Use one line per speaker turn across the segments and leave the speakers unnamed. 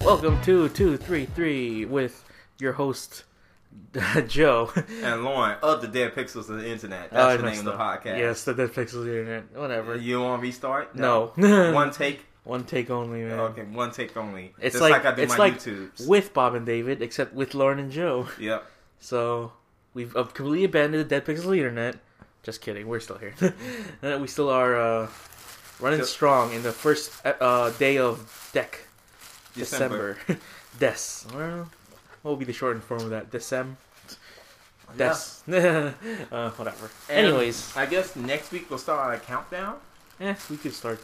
Welcome to two three three with your host Joe.
and Lauren of the Dead Pixels of the Internet.
Oh, I
That's the name
messed
of the
up.
podcast.
Yes, the Dead Pixels of the Internet. Whatever.
You want to restart?
No,
one take.
one take only, man.
Okay, one take only.
It's
Just
like,
like, I do
it's
my
like
YouTubes.
with Bob and David, except with Lauren and Joe.
yep.
So we've uh, completely abandoned the Dead Pixels of the Internet. Just kidding, we're still here. Uh, we still are uh, running
Still-
strong in the first uh, uh, day of Deck
December.
December. Des. Well, what will be the shortened form of that? Decem. Des. uh, whatever.
And
Anyways,
I guess next week we'll start a countdown.
eh, we could start.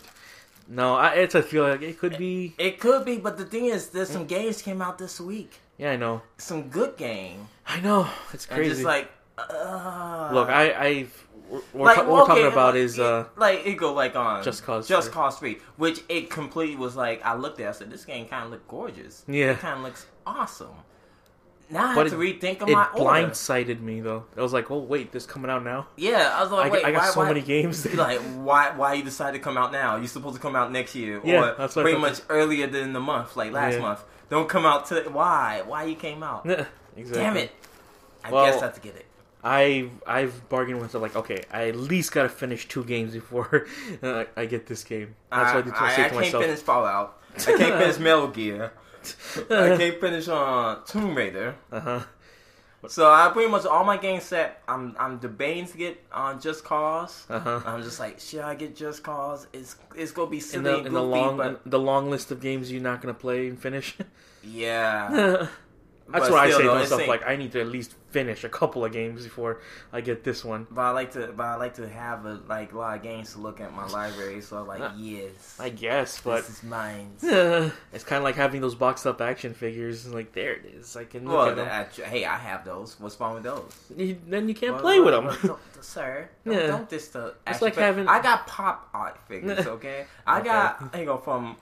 No, I, it's. I feel like it could be.
It could be, but the thing is, there's
Mm.
some games came out this week.
Yeah, I know.
Some good game.
I know. It's
And
crazy.
just like, uh,
Look, I, I, we're, we're
like,
ta- what we're
okay,
talking about
like,
is
it-
uh,
like it go like on
Just Cause
Just
three.
Cause Three, which it completely was like I looked at, it, I said this game kind of looked gorgeous,
Yeah.
it kind of looks awesome. Now I
But
have to rethink of
it
my order.
blindsided me though. I was like, oh wait, this coming out now.
Yeah, I was
I,
like,
g-
wait,
I got
why,
so
why-
many games.
Like, why why you decide to come out now? You're supposed to come out next year,
Yeah,
or
that's what I
pretty
thought.
much earlier than the month, like last
Yeah.
month. Don't come out to why why you came out?
exactly.
Damn it! I
Well-
guess I have to get it.
I I've bargained with it like okay, I at least gotta finish two games before uh, I get this game. That's what I did to,
I, I,
say
I
to
can't
myself.
finish Fallout. I can't finish Metal Gear. I can't finish uh, Tomb Raider.
Uh-huh.
So I pretty much all my games set. I'm I'm debating to get on Just because
Uh-huh.
I'm just like, should I get Just Cause? It's it's gonna be silly
In the
and
in
goofy,
the long
but
the long list of games you're not gonna play and finish.
yeah.
That's
But
what I
still,
say to
though, it's
myself.
like-
Like I need to at least finish a couple of games before I get this one.
But I like to, but I like to have a, like a lot of games to look at my library. So I'm like, yes,
I guess, but
this is mine.
uh, it's kind of like having those boxed up action figures. and Like there it is. I can look
Well,
at them.
I- hey, I have those. What's wrong with those?
You- then you can't
Well,
play with
well,
them.
well, don't- sir. Don't,
Yeah.
don't diss the. action
like
fig-
having-
I got pop art figures. Okay, I got you know from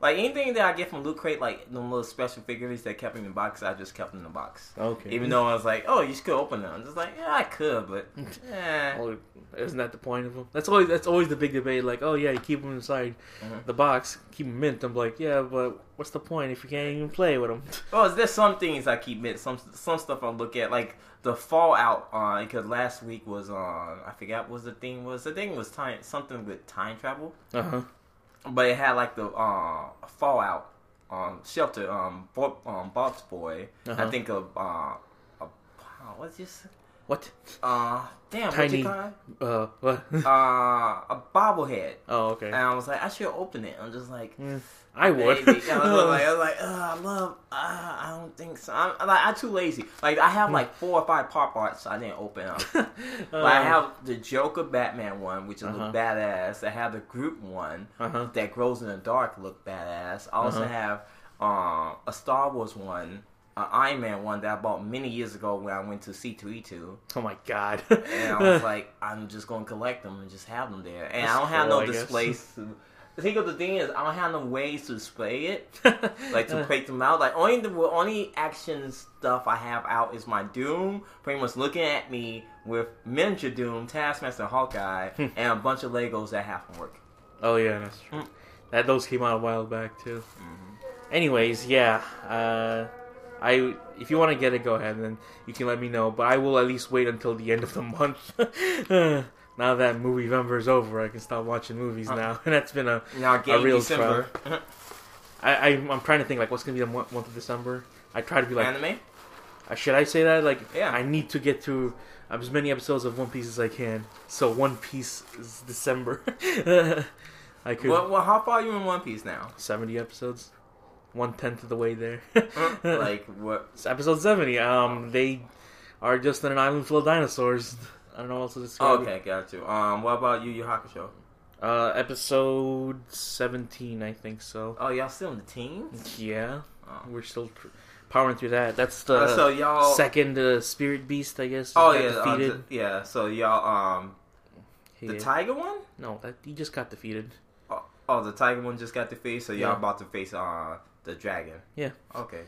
like anything that I get from Loot Crate, like them little special figures that kept in the box. I just kept in the box.
okay.
Even though I was like, oh, you should open them. I'm just like, yeah, I could, but eh.
Well, isn't that the point of them? That's always that's always the big debate. Like, oh yeah, you keep them inside
Uh-huh.
the box, keep them mint. I'm like, yeah, but what's the point if you can't even play with them?
Well, there's some things I keep missing. Some some stuff I look at, like the Fallout. On because last week was on. I forgot what the thing was. The thing was time something with time travel,
Uh huh.
but it had like the uh, Fallout um, shelter. Um, Bo- um box boy.
Uh-huh.
I think of uh, a, what's this?
What?
Uh, damn, what
Tiny-
you call it?
Uh, what?
Uh, a bobblehead.
oh, okay.
And I was like, I should open it. I'm just like,
I would.
Uh, Maybe. I was like, I was like, Ugh, I love. Uh, I don't think so. I'm I'm like, I'm too lazy. Like, I have like four or five pop arts I didn't open up.
Uh,
but oh. I have the Joker Batman one, which is
Uh-huh.
look badass. I have the group one
Uh-huh.
that grows in the dark, look badass. I also
Uh-huh.
have um, a Star Wars one, an Iron Man one that I bought many years ago when I went to C two E two.
oh my god.
And I was like, I'm just gonna collect them and just have them there. And I don't have
cool, I
no
guess.
displays. To, I think of the thing is, I don't have no ways to display it, like
Uh,
to break them out. Like only the only action stuff I have out is my Doom, pretty much looking at me with miniature Doom, Taskmaster, Hawkeye,
Hmm.
and a bunch of Legos that half work.
oh yeah, that's true. That those came out a while back too.
Mm-hmm.
Anyways, yeah. Uh, I if you want to get it, go ahead and then you can let me know. But I will at least wait until the end of the month. now that movie November is over, I can stop watching movies
Uh.
now, and that's been a
Now, game
real
December Uh-huh.
I, I I'm trying to think like what's gonna be the mo- month of December. I try to be like,
anime.
uh, should I say that? Like,
Yeah.
I need to get through um, as many episodes of One Piece as I can. So One Piece is December. I could
Well, well, how far are you in One Piece now?
70 episodes, one tenth of the way there.
Uh,
Uh-huh.
like what?
It's episode 70. Um, they are just on an island full of dinosaurs. I don't know what else to describe. it.
okay, got you. Um, what about you, Yu Hakusho?
Uh, episode 17, I think so.
Oh, y'all still in the teens?
Yeah,
Oh.
we're still pr- powering through that. That's the
Uh, so y'all
second uh, spirit beast, I guess.
Oh
that
yeah, uh,
defeated.
the- yeah. So y'all, um, the
Yeah.
tiger one.
no, that he just got defeated.
Oh, oh, the tiger one just got the face. So y'all
Yeah.
about to face uh the dragon.
Yeah.
Okay.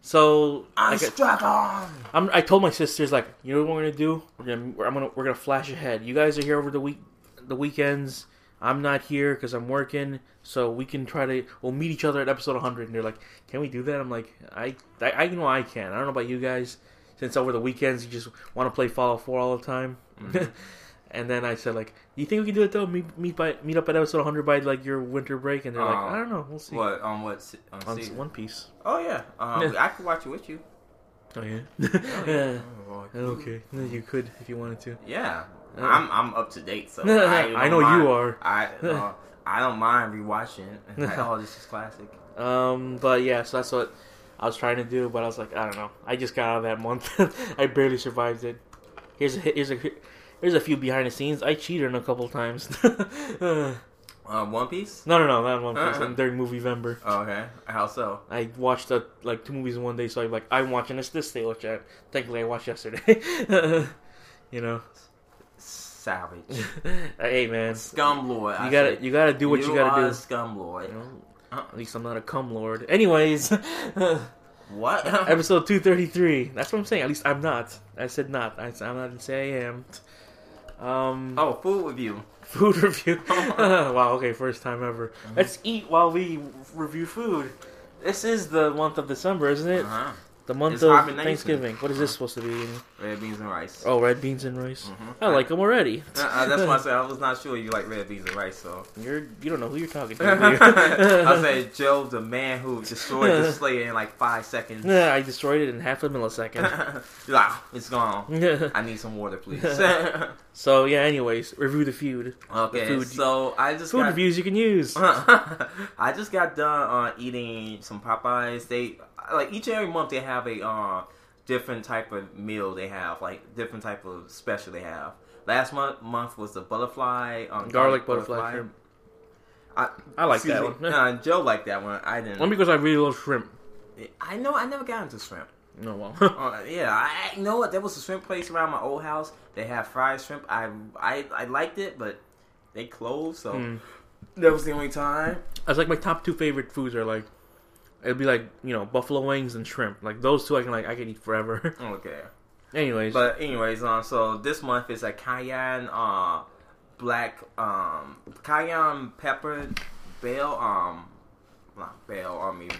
So
I
like,
struck on.
I'm, I told my sisters like, you know what we're gonna do? We're gonna we're, I'm gonna we're gonna flash ahead. You guys are here over the week, the weekends. I'm not here because I'm working, so we can try to we'll meet each other at episode 100." And they're like, "Can we do that?" I'm like, "I I, I know I can. I don't know about you guys, since over the weekends you just want to play Fallout 4 all the time."
Mhm.
and then I said, "Like, you think we can do it though? Meet meet by meet up at episode 100 by like your winter break?" And they're like,
Oh.
"I don't know. We'll see."
What on what se- on
On
season?
One Piece.
Oh yeah, um, I could watch it with you.
Oh yeah.
Oh,
yeah.
Oh,
Okay. No, you could if you wanted to.
Yeah,
Uh.
I'm I'm up to date, so
I,
don't
know
mind.
you are.
I uh, I don't mind rewatching. it. It's like, oh, this is classic.
Um, but yeah, so that's what I was trying to do. But I was like, I don't know. I just got out of that month. I barely survived it. Here's a here's a here's a few behind the scenes. I cheated a couple times. no,
Uh, One Piece.
no, no, not in one
Uh-uh.
person. During movie Vember,
Okay, how so?
I watched uh, like two movies in one day. So I'm like, I'm watching this this day, which I, technically I watched yesterday. you know,
Savage,
hey man,
scumlord.
you gotta you gotta do what you, gotta do. You
Scumlord.
know, at least I'm not a cum lord. Anyways,
What?
episode 233. That's what I'm saying. At least I'm not. I said not. I, am not. Didn't say I am. Um,
oh, food review.
food review. wow. Okay, first time ever.
Uh-huh.
Let's eat while we review food. This is the month of December, isn't it?
Uh-huh.
The month
It's
of
hibernation.
Thanksgiving. What is this
Uh-huh.
supposed to be?
Red beans and rice.
Oh, red beans and rice.
Mhm.
I like them already.
Uh-uh, that's why I said I was not sure you like red beans and rice. So
You're. You don't know who you're talking to. do you?
I said Joe, the man who destroyed the Slayer in like five seconds. You're
Nah, I destroyed it in half a millisecond.
like, "Ah, it's gone. I need some water, please. okay,
so yeah. Anyways, review the feud. food-
so I just
Food
got,
reviews you can use.
Uh-huh. I just got done uh, eating some Popeyes. They like each and every month they have a uh, different type of meal. They have like different type of special they have. Last month month was the butterfly um,
Garlic butterfly shrimp.
I,
I like
excuse
that
me.
one.
Uh, Joe liked that one. I didn't.
Only because I really love shrimp.
I know. I never got into shrimp.
No, well.
Uh, yeah, I I know what there was a shrimp place around my old house. They had fried shrimp. I I, I liked it, but they closed, so
Mm.
that was the only time.
That's like my top two favorite foods are like, it'd be like you know buffalo wings and shrimp. Like those two, I can like I can eat forever.
Okay.
Anyways,
But anyways, um, so this month is a cayenne, uh, black, um, cayenne pepper bell, um, not bell, I mean,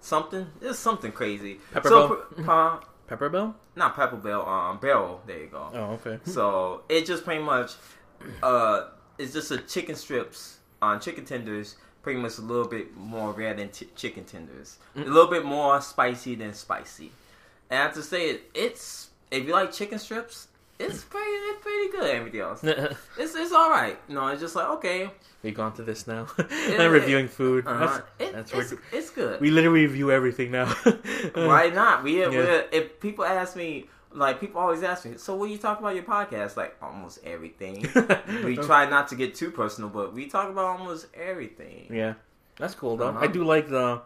something. It's something crazy.
Pepper
so,
bell?
pr- uh,
pepper bell.
not pepper bell, um, barrel. There you go.
Oh, okay.
So it just pretty much, uh, it's just a chicken strips on chicken tenders. Pretty much a little bit more rare than t- chicken tenders.
Mm.
A little bit more spicy than spicy. And I have to say, it, it's if you like chicken strips, it's pretty, it's pretty good. Everything else, it's it's all right. No, it's just like okay,
We've gone to this now.
yeah.
I'm reviewing food.
uh, it,
That's, that's
it's,
where
it's good.
we literally review everything now.
Why not? We, we
Yeah.
if people ask me, like people always ask me, so what you talk about your podcast? Like almost everything. we try not to get too personal, but we talk about almost everything.
Yeah, that's cool though.
Uh-huh.
I do like the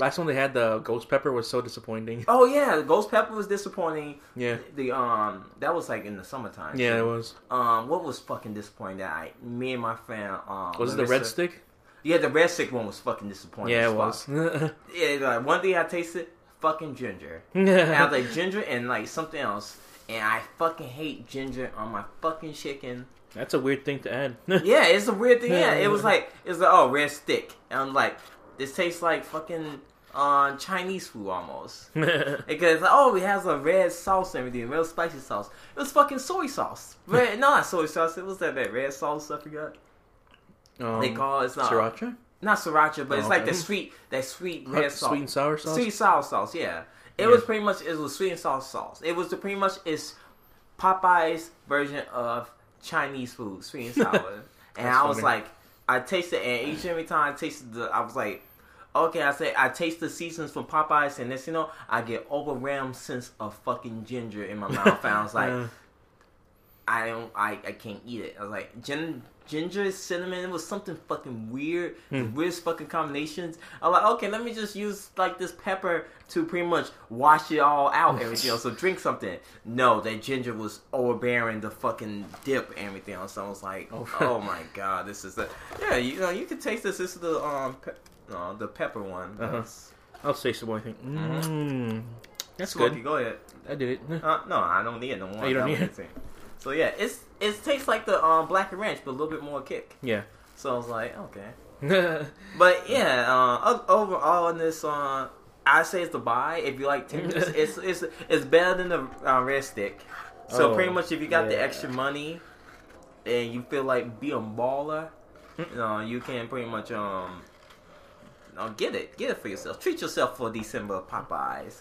last one they had. The ghost pepper was so disappointing.
Oh yeah, the Ghost Pepper was disappointing.
Yeah,
The um that was like in the summertime.
yeah, it
too.
was.
Um, what was fucking disappointing that I, me and my friend, um,
Was it the red
Larissa-
stick?
Yeah, the red stick one was fucking disappointing.
Yeah,
as
it
fuck.
was.
Yeah, like one thing I tasted, fucking ginger. And I
yeah,
was like ginger and like something else, and I fucking hate ginger on my fucking chicken.
that's a weird thing to add.
Yeah, it's a weird thing. Yeah, it was like it was like oh red stick, and I'm like this tastes like fucking uh, Chinese food almost
Um,
because like, oh it has a red sauce and everything, real spicy sauce. It was fucking soy sauce. Red, no, not soy sauce. It was that, that red sauce I forgot. They
Um,
call it, uh, it's not
Sriracha? Oh,
not sriracha, but it's like
Okay.
that sweet that sweet red sauce,
Sweet and sour sauce?
sweet sour sauce. Yeah, it
Yeah.
was pretty much it was sweet and sour sauce. It was the, pretty much it's Popeye's version of Chinese food, sweet and sour. and
That's
I was
funny.
like, I tasted and each and every time I tasted the, I was like. Okay, I say I taste the seasons from Popeyes and this, you know, I get overwhelmed sense of fucking ginger in my mouth. and I was like,
Yeah.
I don't, I, I can't eat it. I was like, gin, ginger, cinnamon, it was something fucking weird,
Hmm.
the weirdest fucking combinations. I was like, okay, let me just use like this pepper to pretty much wash it all out, and everything else. So drink something. No, that ginger was overbearing the fucking dip, and everything else. I was like,
Oh.
oh, my god, this is the, yeah, you know, you can taste this. This is the um, pe- uh, the pepper one.
Uh-huh.
That's
I'll say some more. I think. Mm, that's
Smokey,
good.
Go ahead.
I did it.
Uh-huh. Uh, no, I don't need it no more.
Oh, you don't
That
need
was it. So yeah, it's it tastes like the um, black and ranch, but a little bit more kick.
Yeah.
So I was like, okay.
yeah,
But yeah, uh, o- overall in this, uh, I say it's a buy. If you like Timbers, it's it's it's better than the uh, Red Stick. So
Oh,
pretty much, if you got the
yeah.
extra money and you feel like be a baller,
Hmm.
you, know, you can pretty much um, you know, get it, get it for yourself. Treat yourself for December Popeyes.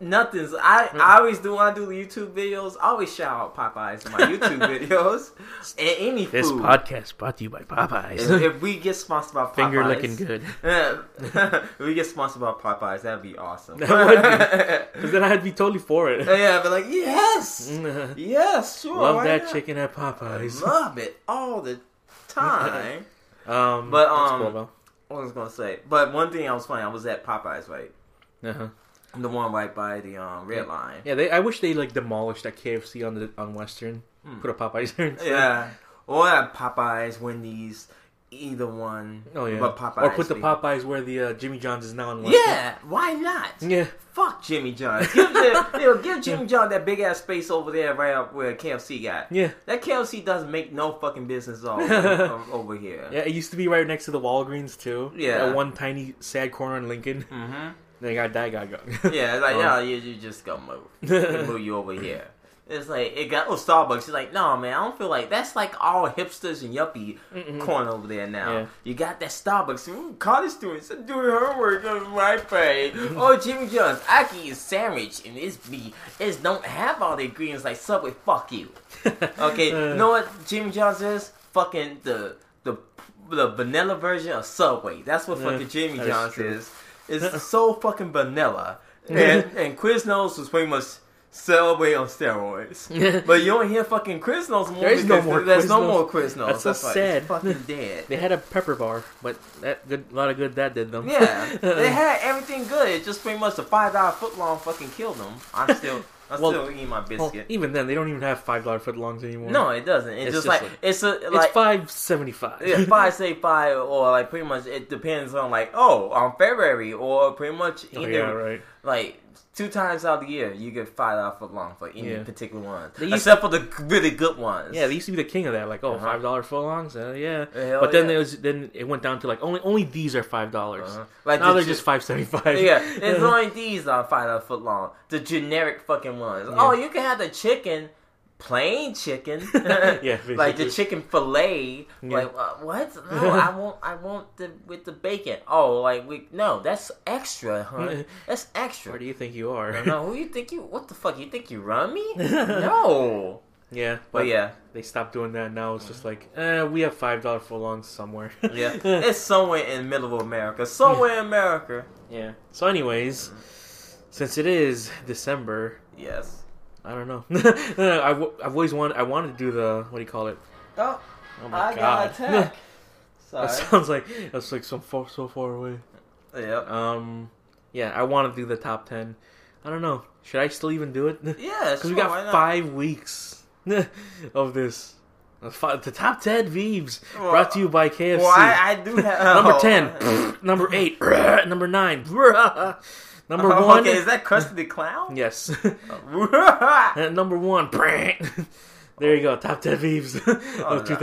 Nothing's. I,
Hmm.
I always do when I do the YouTube videos. I always shout out Popeyes in my YouTube videos and any
this
food.
podcast brought to you by Popeyes.
if, if we get sponsored by Popeyes,
Finger looking good.
if we get sponsored by Popeyes, that'd be awesome.
That would Because then I'd be totally for it. Mm, uh-huh.
yeah, but like, yes,
Love
yes, sure. why
that
not?
chicken at Popeyes.
Love it all the time.
Um,
But,
that's
um,
cool, though.
what was I gonna say? But one thing I was funny. I was at Popeyes, right?
Uh-huh.
The one right by the um, red line.
Yeah, they, I wish they like demolished that KFC on the on Western. Put a Popeyes there. instead.
Hmm. Yeah. Or at Popeyes, Wendy's, either one.
Oh yeah.
But Popeyes.
or put the
be-
Popeyes where the uh, Jimmy John's is now on Western.
Yeah. Why not?
Yeah.
Fuck Jimmy John. Give, the, you know, give Jimmy John that big ass space over there right up where KFC got.
Yeah.
That KFC doesn't make no fucking business all over, over here.
Yeah, it used to be right next to the Walgreens too.
Yeah.
That one tiny sad corner in Lincoln.
Mm-hmm.
They got that guy going.
Yeah, it's like,
Oh.
no, you, you just gonna move. We move you over here. It's like, it got, oh, Starbucks. It's like, no, man, I don't feel like, that's like all hipsters and yuppie corner over there now.
Yeah.
You got that Starbucks. Ooh, college students are doing homework on my pay. oh, Jimmy John's, I can eat a sandwich and it's be, it's don't have all the ingredients like Subway, fuck you. Okay,
Uh,
you know what Jimmy John's is? Fucking the the the vanilla version of Subway. That's what
Yeah,
fucking Jimmy
that is
John's
true.
is. It's so fucking vanilla. And and Quiznos was pretty much Subway on steroids. but you don't hear fucking Quiznos more
There is no
because
more
there's no
Quiznos.
more Quiznos.
That's so
why it's
sad.
fucking dead.
they had a pepper bar, but that good a lot of good that did them.
Yeah, they had everything good. It just pretty much the five dollar footlong fucking killed them. I'm still, I'm
Well,
still eating my
Well,
biscuit.
even then, they don't even have five dollar footlongs anymore.
no, it doesn't. It's,
It's just
just, like,
like-
it's a
it's
like
five seventy five.
yeah, five say five, or like pretty much it depends on like oh on February or pretty much
Oh,
either
yeah, right.
like two times out of the year you get five dollars for long for any
Yeah.
particular ones
They used
except for the g- really good ones.
Yeah, they used to be the king of that. Like, oh,
Uh-huh.
five dollar footlongs. Uh, yeah.
Hell
but then
yeah.
there was then it went down to like only only these are five dollars.
Uh-huh. Like
Now
the
they're
ge-
just five seventy five.
yeah, it's only these are five dollars foot long. The generic fucking ones. Oh, you can have the chicken, plain chicken.
Yeah,
like the
basically.
chicken fillet. Like uh, what? No, I want, I want the with the bacon. Oh, like we no, that's extra, huh? That's extra.
Where do you think you are?
No, who you think you? What the fuck? You think you run me? no.
yeah.
But yeah,
They stopped doing that now. It's just like, eh, we have five dollar footlongs somewhere.
yeah. it's somewhere in middle of America. Somewhere in America.
yeah. So, anyways, since it is December,
Yes.
I don't know. I w- I've always wanted. I wanted to do the what do you call it?
Oh,
Oh
I got attacked.
that
Sorry.
sounds like that's like so far so far away.
Yep.
Um, yeah, I want to do the top ten. I don't know. Should I still even do it? Because
Yeah, sure,
we
why
got
not?
five weeks of this. The fi- the top ten Veebs brought to you by KFC.
Well, I, I do have
Number
oh.
ten, number eight, number nine, number
Oh,
one.
Okay, is that Krusty the Clown? Oh,
yes,
Yeah.
Uh, number one. there you go, top ten Veebs of 2015.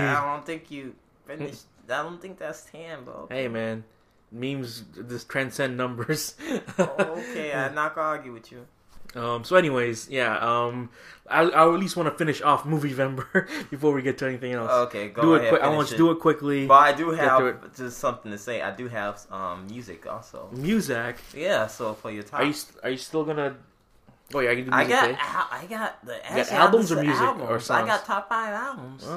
Oh, I, I don't think you finished. I don't think that's him, bro.
Hey man, memes just transcend numbers.
Okay, I'm not gonna argue with you.
Um, so, anyways, yeah. Um, I I at least want to finish off movie Vember before we get to anything else.
Okay, Oh, go
do
ahead.
it quick. I
finish
want you to do it quickly.
But I do
Get to
have just something to say. I do have um music also.
Muzak,
Yeah, so for your top,
Mm-hmm. are you st- are you still gonna? Oh yeah, I can do music.
I got
eh?
al- I got the
got
actually,
albums
I
or
listened to
music or
albums. I
songs?
got top five albums. this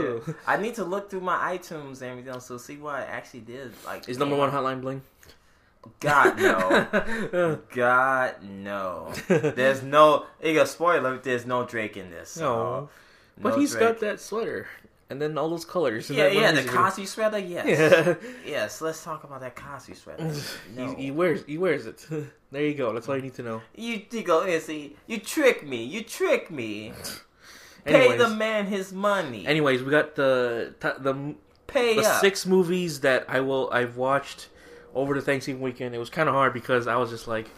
year.
Oh.
I need to look through my iTunes and everything, so see what I actually did. Like,
Is number one Hotline Bling?
God no, God no. There's no. It got spoiler. There's no Drake in this.
No.
No
but he's
Drake.
got that sweater and then all those colors. and
Yeah,
that
yeah,
one
the
music
Cosby sweater. Yes,
video. Yeah.
yes. Let's talk about that Cosby sweater. No.
He, he wears he wears it. there you go. That's all you need to know.
You, you go and see. You trick me. You trick me. Pay
Anyways,
the man his money.
anyways, we got the t- the
Pay
the
up.
six movies that I will I've watched over the Thanksgiving weekend. It was kind of hard because I was just like,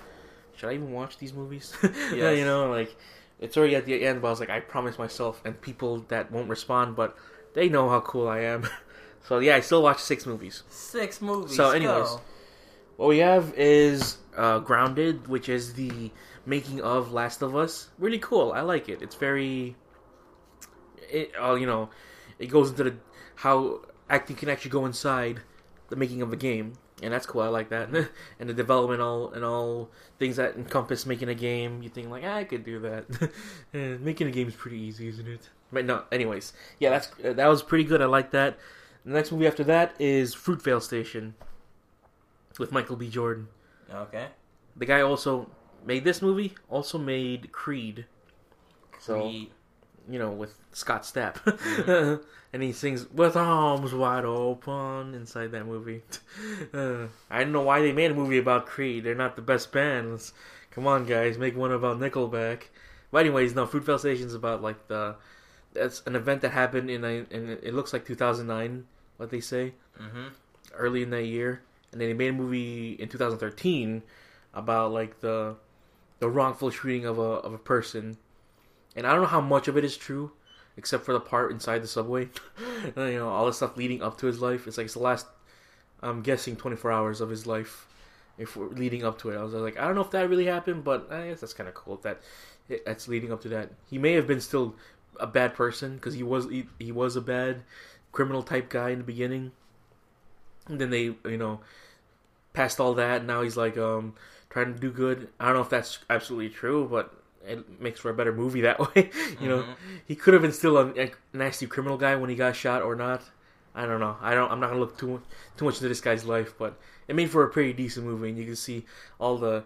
should I even watch these movies? Yeah,
Yes.
you know, like it's already at the end, but I was like, I promised myself and people that won't respond, but they know how cool I am. So yeah, I still watch six movies.
Six movies.
So anyways,
go.
What we have is uh, Grounded, which is the making of Last of Us. Really cool. I like it. It's very, it uh, you know, it goes into the how acting can actually go inside the making of a game, and that's cool. I like that, and the development all and all things that encompass making a game. You think like "Ah, I could do that. Eh, making a game is pretty easy, isn't it? But no. Anyways, yeah, that's uh, that was pretty good. I like that. The next movie after that is Fruitvale Station with Michael B. Jordan.
okay.
The guy also made this movie, also made Creed. So,
Creed.
you know, with Scott Stapp. and he sings with arms wide open inside that movie. Uh, I don't know why they made a movie about Creed. They're not the best band. Let's, come on, guys, make one about Nickelback. But anyways, no, Fruitvale Station's about like the that's an event that happened in a, in it looks like 2009, what they say
Mhm.
early in that year, and then they made a movie in 2013 about like the the wrongful shooting of a of a person, and I don't know how much of it is true, except for the part inside the subway, you know, all the stuff leading up to his life. It's like it's the last, I'm guessing, 24 hours of his life, if we're leading up to it. I was like, I don't know if that really happened, but I guess that's kind of cool if that if that's leading up to that. He may have been still a bad person because he was he, he was a bad criminal type guy in the beginning and then they you know passed all that and now he's like um trying to do good i don't know if that's absolutely true but it makes for a better movie that way you know
Mhm.
he could have been still a, a nasty criminal guy when he got shot or not i don't know i don't i'm not gonna look too too much into this guy's life but it made for a pretty decent movie and you can see all the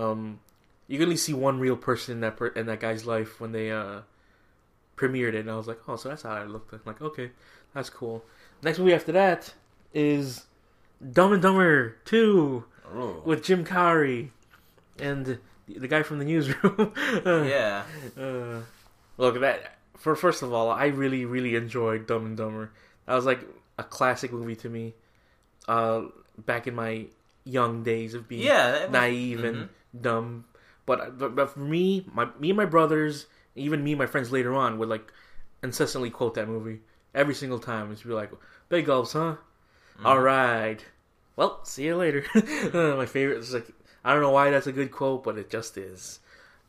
um you can only see one real person in that per- in that guy's life when they uh premiered it and i was like oh so that's how i looked I'm like okay that's cool next movie after that is Dumb and Dumber 2
Ooh.
with Jim Carrey and the guy from the newsroom. Uh,
yeah.
uh, look, that for first of all, I really really enjoyed Dumb and Dumber. That was like a classic movie to me. Uh, back in my young days of being
Yeah. that was-
naive and dumb. But, but but for me, my me and my brothers, even me and my friends later on would like incessantly quote that movie every single time. It's be like, "Big gulps, huh? All right. Well, see you later." Uh, my favorite is like I don't know why that's a good quote, but it just is.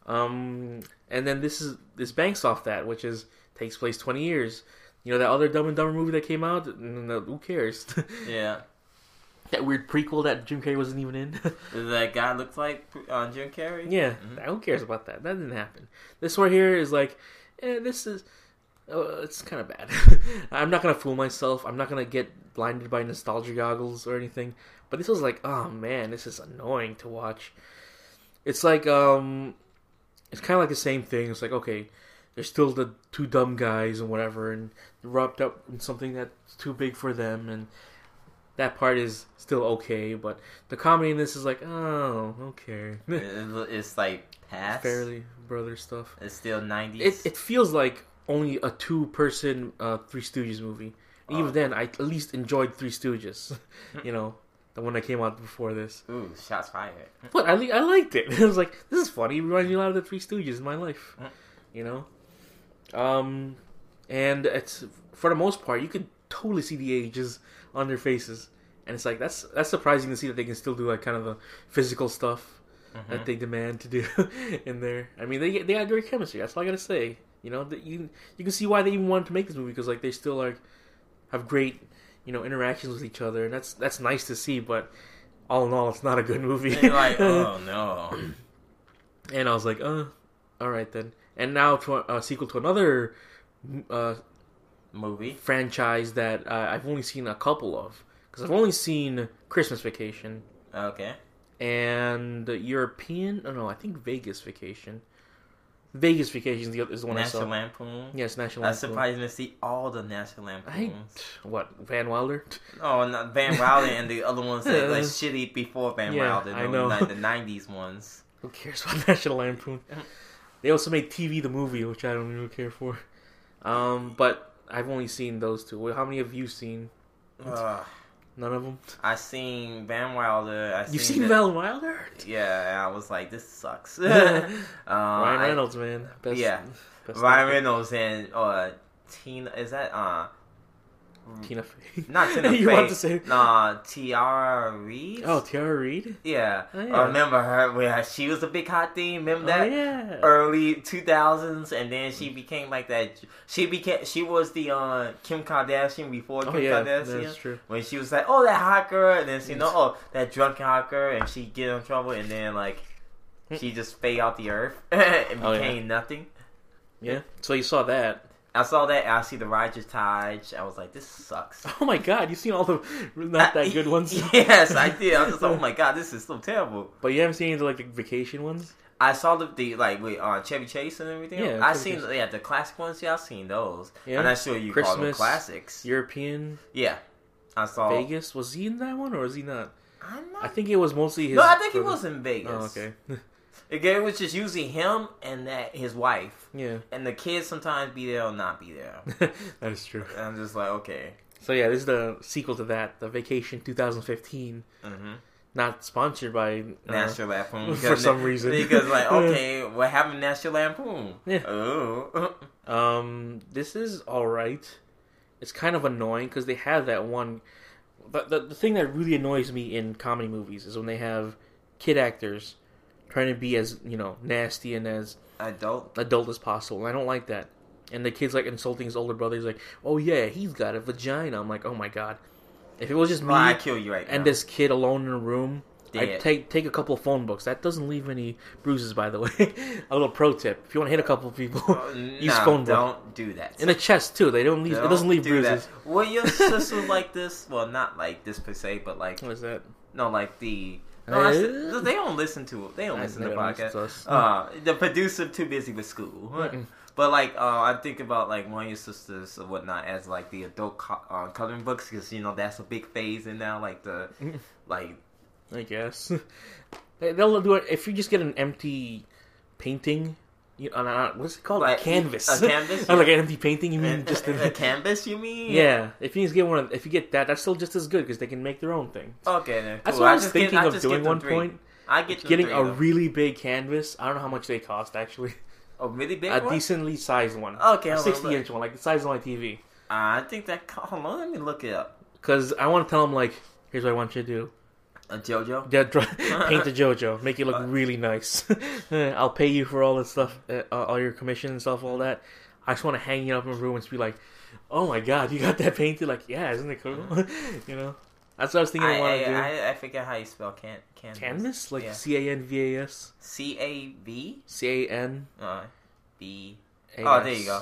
Um, and then this is this banks off that, which is takes place twenty years. You know that other Dumb and Dumber movie that came out? Mm, Who cares?
Yeah.
that weird prequel that Jim Carrey wasn't even in.
Does that guy look like uh, Jim Carrey?
Yeah, who cares about that? That didn't happen. This right here is like, eh, this is, uh, it's kind of bad. I'm not gonna fool myself. I'm not gonna get blinded by nostalgia goggles or anything. But this was like, oh man, this is annoying to watch. It's like, um, it's kind of like the same thing. It's like, okay, there's still the two dumb guys and whatever, and wrapped up in something that's too big for them, and that part is still okay. But the comedy in this is like, oh, okay.
It- it- It's like past.
Fairly brother stuff.
It's still 90s.
It it feels like only a two person uh, Three Stooges movie. And
Oh.
Even then, I at least enjoyed Three Stooges. you know, the one that came out before this.
Ooh, shots fired.
But I li- I liked it. I was like, this is funny. It reminds me a lot of the Three Stooges in my life. You know, um, and it's for the most part you could totally see the ages on their faces, and it's like that's that's surprising to see that they can still do like kind of the physical stuff
Mm-hmm.
that they demand to do in there. I mean, they they got great chemistry. That's all I gotta say. You know, that you you can see why they even wanted to make this movie because like they still like have great you know interactions with each other, and that's that's nice to see. But all in all, it's not a good movie.
They're like, oh no.
and I was like, uh, all right then. And now to a a sequel to another uh,
Movie.
franchise that uh, I've only seen a couple of because I've only seen Christmas Vacation
Okay.
and European. Oh no, I think Vegas Vacation. Vegas Vacation is the, oth- is the one I
National
saw.
Lampoon.
Yes, National.
That's
Lampoon.
surprising to see all the National
I
Lampoons.
what Van Wilder?
Oh, not Van Wilder and the other ones that like
Uh,
shitty before Van
yeah,
Wilder.
I
no,
know.
Like the 90s ones.
Who cares about National Lampoon? They also made TV the movie, which I don't really care for. Um, but I've only seen those two. Well, How many have you seen?
Ugh.
None of them.
I seen Van Wilder. I
You've seen
the-
Van Wilder?
Yeah, I was like, this sucks. uh,
Ryan Ryan
I-
Reynolds, man. Best,
yeah.
best
Ryan oh,
actor.
Reynolds and uh, Tina. Is that uh,
Tina Fey.
Not Tina
you
Fey.
want to say?
Nah, Tiara Reid.
Oh, Tiara Reid.
yeah.
Oh, yeah.
I remember her when her- she was a big hot thing. Remember
oh,
that? Er,
yeah. Mm.
Early 2000s, and then she became like that. She became she was the uh, Kim Kardashian before Kim
oh yeah,
Kardashian.
that's true.
when she was like, "Oh, that hot girl," and then she know, "Oh, that drunken hot girl," and she get in trouble, and then like she just fade out the earth and became
Hmm. Oh, yeah.
nothing.
Yeah. So you saw that.
I saw that. and I see the Righteous Tide. I was like, "This sucks."
Oh my God, you've seen all the not that good ones.
yes, I did. I was just like, "Oh my god, this is so terrible."
But you haven't seen any of the, like the vacation ones.
I saw the, the like with uh, Chevy Chase and everything.
Yeah,
I
Chevy
seen yeah the classic ones. Yeah, I seen those.
Yeah.
I'm not sure you call them
Christmas.
classics.
European
Yeah, I saw.
Vegas was he in that one or is he not?
I'm not.
I think it was mostly his.
no, I think he was in Vegas.
Oh, okay.
It it was just usually him and that his wife.
yeah,
and the kids sometimes be there or not be there.
that is true.
And I'm just like, okay.
So yeah, this is the sequel to that, the Vacation 2015,
Mm-hmm.
not sponsored by. uh,
National Lampoon.
Uh-huh. for some reason.
Because, like, okay, what happened to National Lampoon?
Yeah.
Oh.
Um, this is all right. It's kind of annoying because they have that one. But the, the thing that really annoys me in comedy movies is when they have kid actors trying to be as you know nasty and as
Adult.
adult as possible. And I don't like that. And the kid's like insulting his older brother. He's like, "Oh yeah, he's got a vagina." I'm like, "Oh my god!" If it was just me
Well, I kill you right now.
and this kid alone in a room, I
Dead.
take take a couple of phone books. That doesn't leave any bruises, by the way. a little pro tip: if you want to hit a couple of people,
Oh,
use
no,
phone book.
Don't do that.
In the chest too. They don't leave.
Don't
it doesn't leave
do that.
bruises.
Well, your sister like this. Well, not like this per se, but like,
What is that?
no, like the. No, that's-
Eh?
they don't listen to it. They don't
I
listen to
know, it's
podcasts.
us.
Uh, the producer too busy with school. But like, uh, I think about like one of your sisters or whatnot as like the adult co- uh, coloring books because you know that's a big phase in now. Like the like
I guess They- they'll do it if you just get an empty painting. You, on a, what's it called?
Like,
a canvas.
a canvas,
Oh, like an empty painting. You mean just
just a,
an,
uh, canvas. You mean?
yeah? If you just get one, of, if you get that, that's still just as good because they can make their own thing.
Okay. Then,
That's
cool.
what I was
just
thinking
get, I
of
just
doing
get them
one
three.
point.
I get them
Getting
three,
a
though.
really big canvas. I don't know how much they cost actually.
a really big
A
one.
decently sized one.
Okay,
a
hold on,
sixty inch one, like the size of my TV.
Uh, I think that. co- Hold on, let me look it up.
Because I want to tell them like, here's what I want you to do.
A Uh, JoJo.
Yeah, draw, paint the JoJo, make it look really nice. I'll pay you for all this stuff, uh, all your commission and stuff, all that. I just want to hang it up in a room and just be like, "Oh my god, you got that painted!" Like, yeah, isn't it cool? you know, that's what I was thinking. I,
I,
want to do
I, I, I forget how you spell can canvas.
canvas, like
Yeah.
C A N V A S,
C A V
C A N.
uh, B.
A S.
Oh, there you go.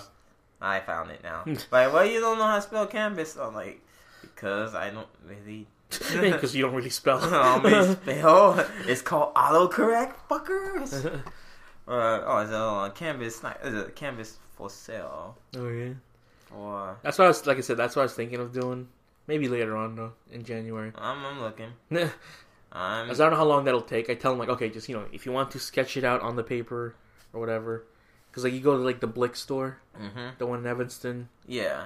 I found it now. like, why you don't know how to spell canvas? I'm like, because I don't really.
Because you don't really spell.
um, spell. It's called autocorrect, fuckers.
Uh-huh.
uh, oh, it's uh, canvas. Not, is it canvas for sale
oh yeah,
or
that's what I was. Like I said, that's what I was thinking of doing. Maybe later on though, in January.
I'm, I'm looking.
I
I'm
don't know how long that'll take. I tell them like, okay, just you know, if you want to sketch it out on the paper or whatever, because like you go to like the Blick store,
hmm
the one in Evanston.
yeah.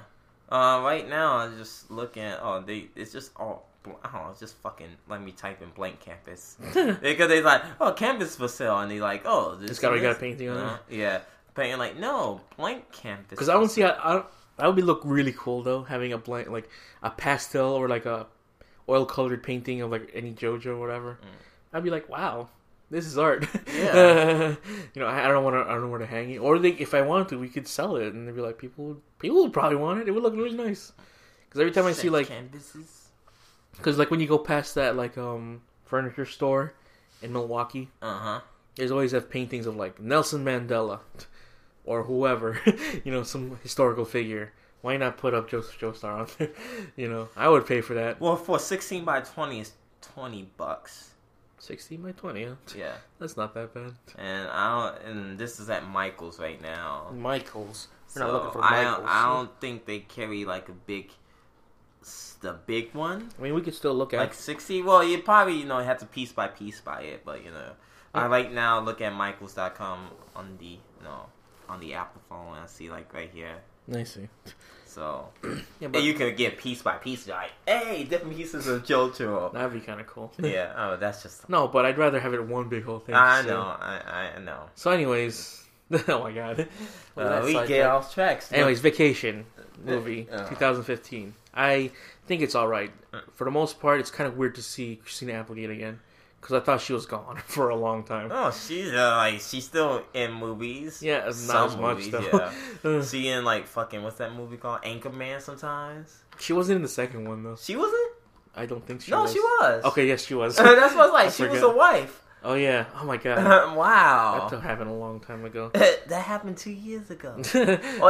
Uh, right now I'm just looking. At, oh, they it's just all. bl- I don't know, just fucking let me type in blank canvas because they like, oh, canvas for sale, and they like, oh, this
It's got already
and
got a
this.
painting on
Uh,
it.
yeah, but you're like, no, blank canvas.
Because I don't see how I don't, that would be look really cool though, having a blank like a pastel or like a oil colored painting of like any JoJo or whatever. I'd be like, wow. This is art.
Yeah.
you know, I, I don't want to. I don't know where to hang it. Or they, if I wanted to, we could sell it, and they'd be like, people, would, people would probably want it. It would look really nice. Because every time I see
Said
like
canvases.
Because like when you go past that like um furniture store in Milwaukee,
Uh huh.
there's always have paintings of like Nelson Mandela or whoever, you know, some historical figure. Why not put up Joseph Joestar on there? You know, I would pay for that.
Well, for sixteen by twenty is twenty bucks.
Sixteen by twenty, huh?
Yeah,
that's not that bad.
and I don't, and this is at Michael's right now.
Michaels, we're
so
not looking for
I
Michaels.
don't, I don't think they carry like a big, s- the big one.
I mean, we could still look at.
Like sixty. Well, you probably you know have to piece by piece by it, but you know, I right now look at Michaels.com on the no on the Apple phone. And I see like right here.
I see.
So
Yeah, but
and you can get piece by piece. Like, hey, different pieces of JoJo.
that'd be kind of cool.
yeah. Oh, that's just.
No, but I'd rather have it one big whole thing.
I
so-
know. I I know.
So, anyways, oh my god,
Uh,
Well,
we
that's
get off tracks.
Anyways, Vacation movie,
Uh.
2015. I think it's all right. For the most part, it's kind of weird to see Christina Applegate again because I thought she was gone for a long time.
Oh, she's uh, like she's still in movies.
Yeah, it's not as much though.
yeah. she in like fucking what's that movie called? Anchorman. Sometimes
She wasn't in the second one though.
she wasn't.
I don't think she
no,
was.
she was.
Okay, yes, she was.
that's what I was like.
I
she was Uh-huh.
forget.
a wife.
oh yeah. Oh my god. That
wow,
happened a long time ago.
that happened two years ago, or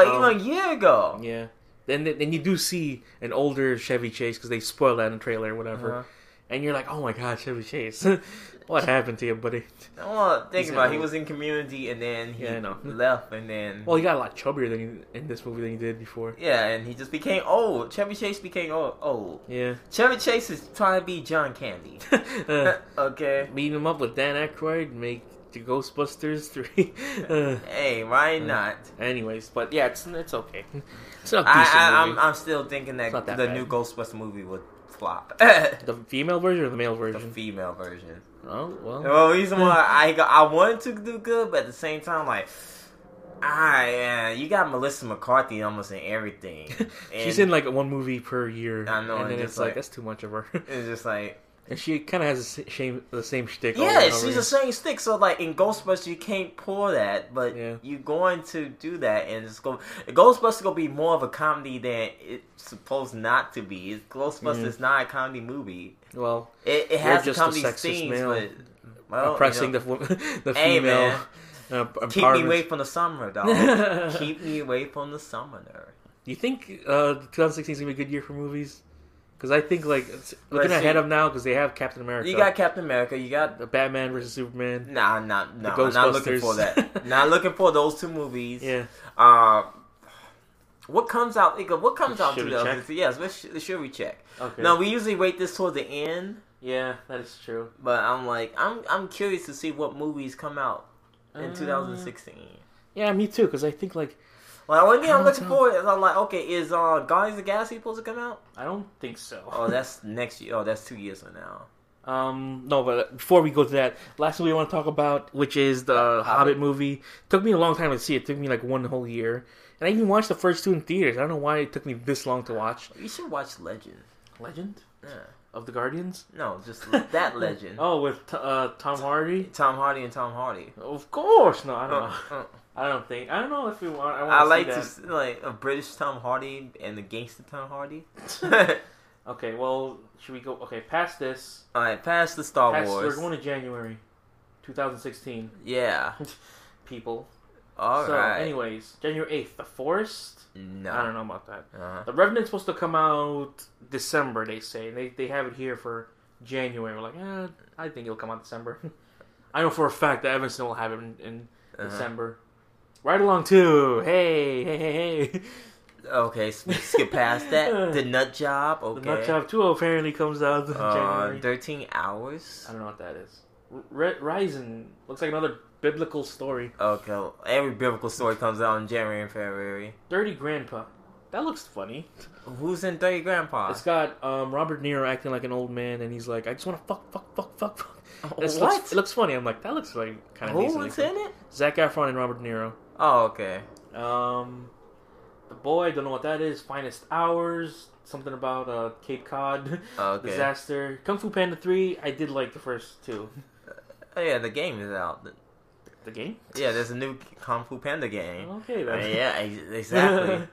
Um,
even a year ago.
Yeah. Then then you do see an older Chevy Chase because they spoil that in the trailer or whatever.
Uh-huh.
And you're like, oh my god, Chevy Chase. what happened to you, buddy?
Well, think
He's
about it.
in-
he was in Community and then he
Yeah, I know.
left and then
Well, he got a lot chubbier than he, in this movie than he did before.
yeah, and he just became old. Chevy Chase became old. old.
Yeah.
Chevy Chase is trying to be John Candy.
uh,
okay.
meeting him up with Dan Aykroyd, make the Ghostbusters 3. uh,
Hey, why not?
anyways, but yeah, it's it's okay. It's not a decent
I, I, I'm,
movie.
I'm still thinking that,
not that
the
bad.
new Ghostbusters movie would flop. the
the female version or the male version?
female version.
oh, well.
Well, the reason why I go, I wanted to do good, but at the same time, like, ah, yeah, you got Melissa McCarthy almost in everything.
She's in
And
like one movie per year.
I know,
And
and
then
just
it's like,
like-
that's too much of her.
It's just like,
and she kind of has the same, the same shtick. all
yeah,
over
she's
again.
the same stick. So like in Ghostbusters, you can't pull that, but
Yeah.
you're going to do that, and it's going Ghostbusters gonna be more of a comedy than it's supposed not to be. It's, Ghostbusters is not a comedy movie.
Well,
It, it has
just
just
a
comedy
sexist
themes,
male
but well,
oppressing
you know,
the wo- the female
Oh, Hey, man.
uh,
keep me
empowerment.
away from the summer, dog. keep me away from the summoner.
Do you think uh, 2016 is gonna be a good year for movies? Because I think like it's- looking
see.
ahead of now, because they have Captain America,
You got Captain America. You got
the Batman versus Superman.
nah, nah, nah.
The
Not looking
Ghostbusters.
for that. not looking for those two movies.
Yeah,
Uh, what comes out? Igor, What comes out?
Should we
2016? Yes, what sh- should we check?
Okay.
No, we usually wait this toward the end,
yeah, that is true.
but I'm like, I'm I'm curious to see what movies come out in
Uh.
2016.
Yeah, me too. Because I think like
Like one thing I'm
Come
looking
on.
forward is I'm like, okay, is uh Guardians of the Galaxy supposed to come out?
I don't think so.
Oh, that's next year. Oh, that's two years from now.
Um, no, but before we go to that, last movie I want to talk about, which is the Hobbit, movie, took me a long time to see. It took me like one whole year, and I even watched the first two in theaters. I don't know why it took me this long to watch.
You should watch Legend.
Legend
Yeah.
of the Guardians.
No, just that Legend.
Oh, with t- uh, Tom Hardy.
Tom Hardy and Tom Hardy.
Of course, no, I don't know.
Uh, uh.
I don't think. I don't know if we want. I, want
I like
see
to
that.
s like a British Tom Hardy and a gangster Tom Hardy.
Okay, well, should we go? Okay, past this.
All right, past the Star
Past, we're
Wars.
going to January, 2016.
Yeah.
People.
All right.
so, anyways, January eighth, The Forest.
no.
I don't know about that.
Uh-huh.
The Revenant's supposed to come out December, they say. They they have it here for January. We're like, eh, I think it'll come out December. I know for a fact that Evanston will have it in, in
Uh-huh.
December. Right along too. Hey, hey, hey, hey.
Okay, s- skip past that. The nut job.
The
Okay.
Nut Job 2 apparently comes out in
Uh,
January.
Thirteen hours.
I don't know what that is. Re- Rising looks like another biblical story.
Okay. well, Every biblical story comes out in January and February.
Dirty Grandpa. That looks funny.
Who's in Thirty Grandpa?
It's got um, Robert De Niro acting like an old man, and he's like, "I just want to fuck, fuck, fuck, fuck, fuck." This
what?
Looks, it looks funny. I'm like, that looks like kind of
Who
decent.
was in it?
Zac Efron and Robert De Niro.
Oh, okay.
Um, the boy, don't know what that is. Finest Hours, something about uh, Cape Cod
Okay.
disaster. Kung Fu Panda three. I did like the first two.
Oh, yeah, the game is out.
The game.
Yeah, there's a new Kung Fu Panda game.
Okay
Uh,
then.
yeah, ex- exactly.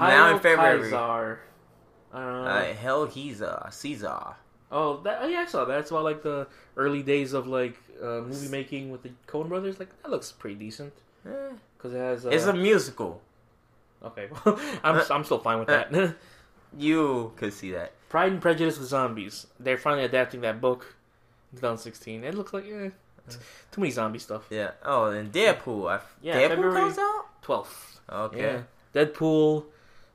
now
Hail
in February.
Caesar. Uh,
Uh, hell, he's uh, Caesar.
Oh, that, oh, yeah, I saw that. It's about like the early days of like uh, movie making with the Coen Brothers. Like that looks pretty decent
Eh,
because it has. Uh,
It's a musical.
okay. Well, I'm I'm still fine with
Uh,
that.
You could see that.
Pride and Prejudice with zombies. They're finally adapting that book, in 2016. It looks like eh,
Uh.
too many zombie stuff.
Yeah. Oh, and Deadpool. I,
Yeah,
Deadpool
February-
comes out.
Twelfth.
Okay.
Yeah. Deadpool,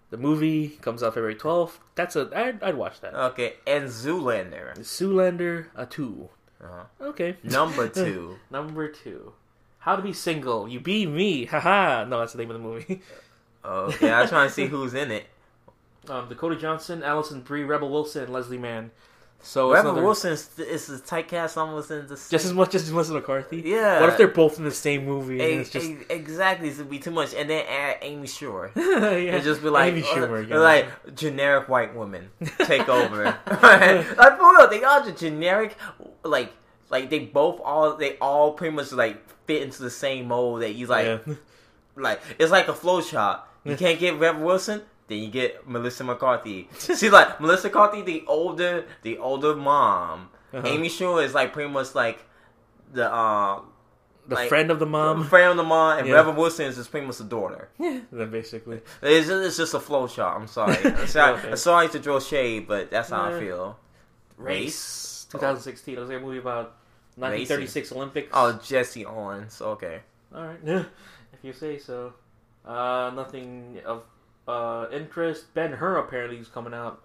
the movie comes out February 12th. That's a I'd, I'd watch that.
Okay. And Zoolander.
Zoolander a two.
Uh-huh.
Okay.
Number two.
Number two. How to be single. You be me. Haha. No, that's the name of the movie.
Okay. I'm trying to see who's in it.
Um, Dakota Johnson, Allison Brie, Rebel Wilson, and Leslie Mann. So it's
Rebel
another-
Wilson is, is a typecast almost in the
just as much as Melissa McCarthy.
Yeah.
What if they're both in the same movie? And
E-
it's just
e- exactly. This would be too much, and then add Amy Sure.
yeah.
It'd just be like,
Amy
uh,
Schumer again.
like generic white woman take over. like for real, they all just generic. Like, like they both all they all pretty much like fit into the same mold that you like.
yeah.
Like it's like a flow chart. You can't get Rev Wilson, then you get Melissa McCarthy. She's like Melissa McCarthy, the older, the older mom.
Uh-huh.
Amy Schumer is like pretty much like the uh,
the
like-
friend of the mom.
friend of the mom, and
Yeah.
Reverend Wilson is just pretty much the daughter.
then basically,
It's just, it's just a flow chart. I'm sorry. I'm sorry,
Okay.
I'm sorry to draw shade, but that's how
Yeah.
I feel. Race?
2016. It was a movie about 1936 Olympics.
Oh, Jesse Owens. Okay.
all right. if you say so. Uh, nothing of uh, interest. Ben Hur apparently is coming out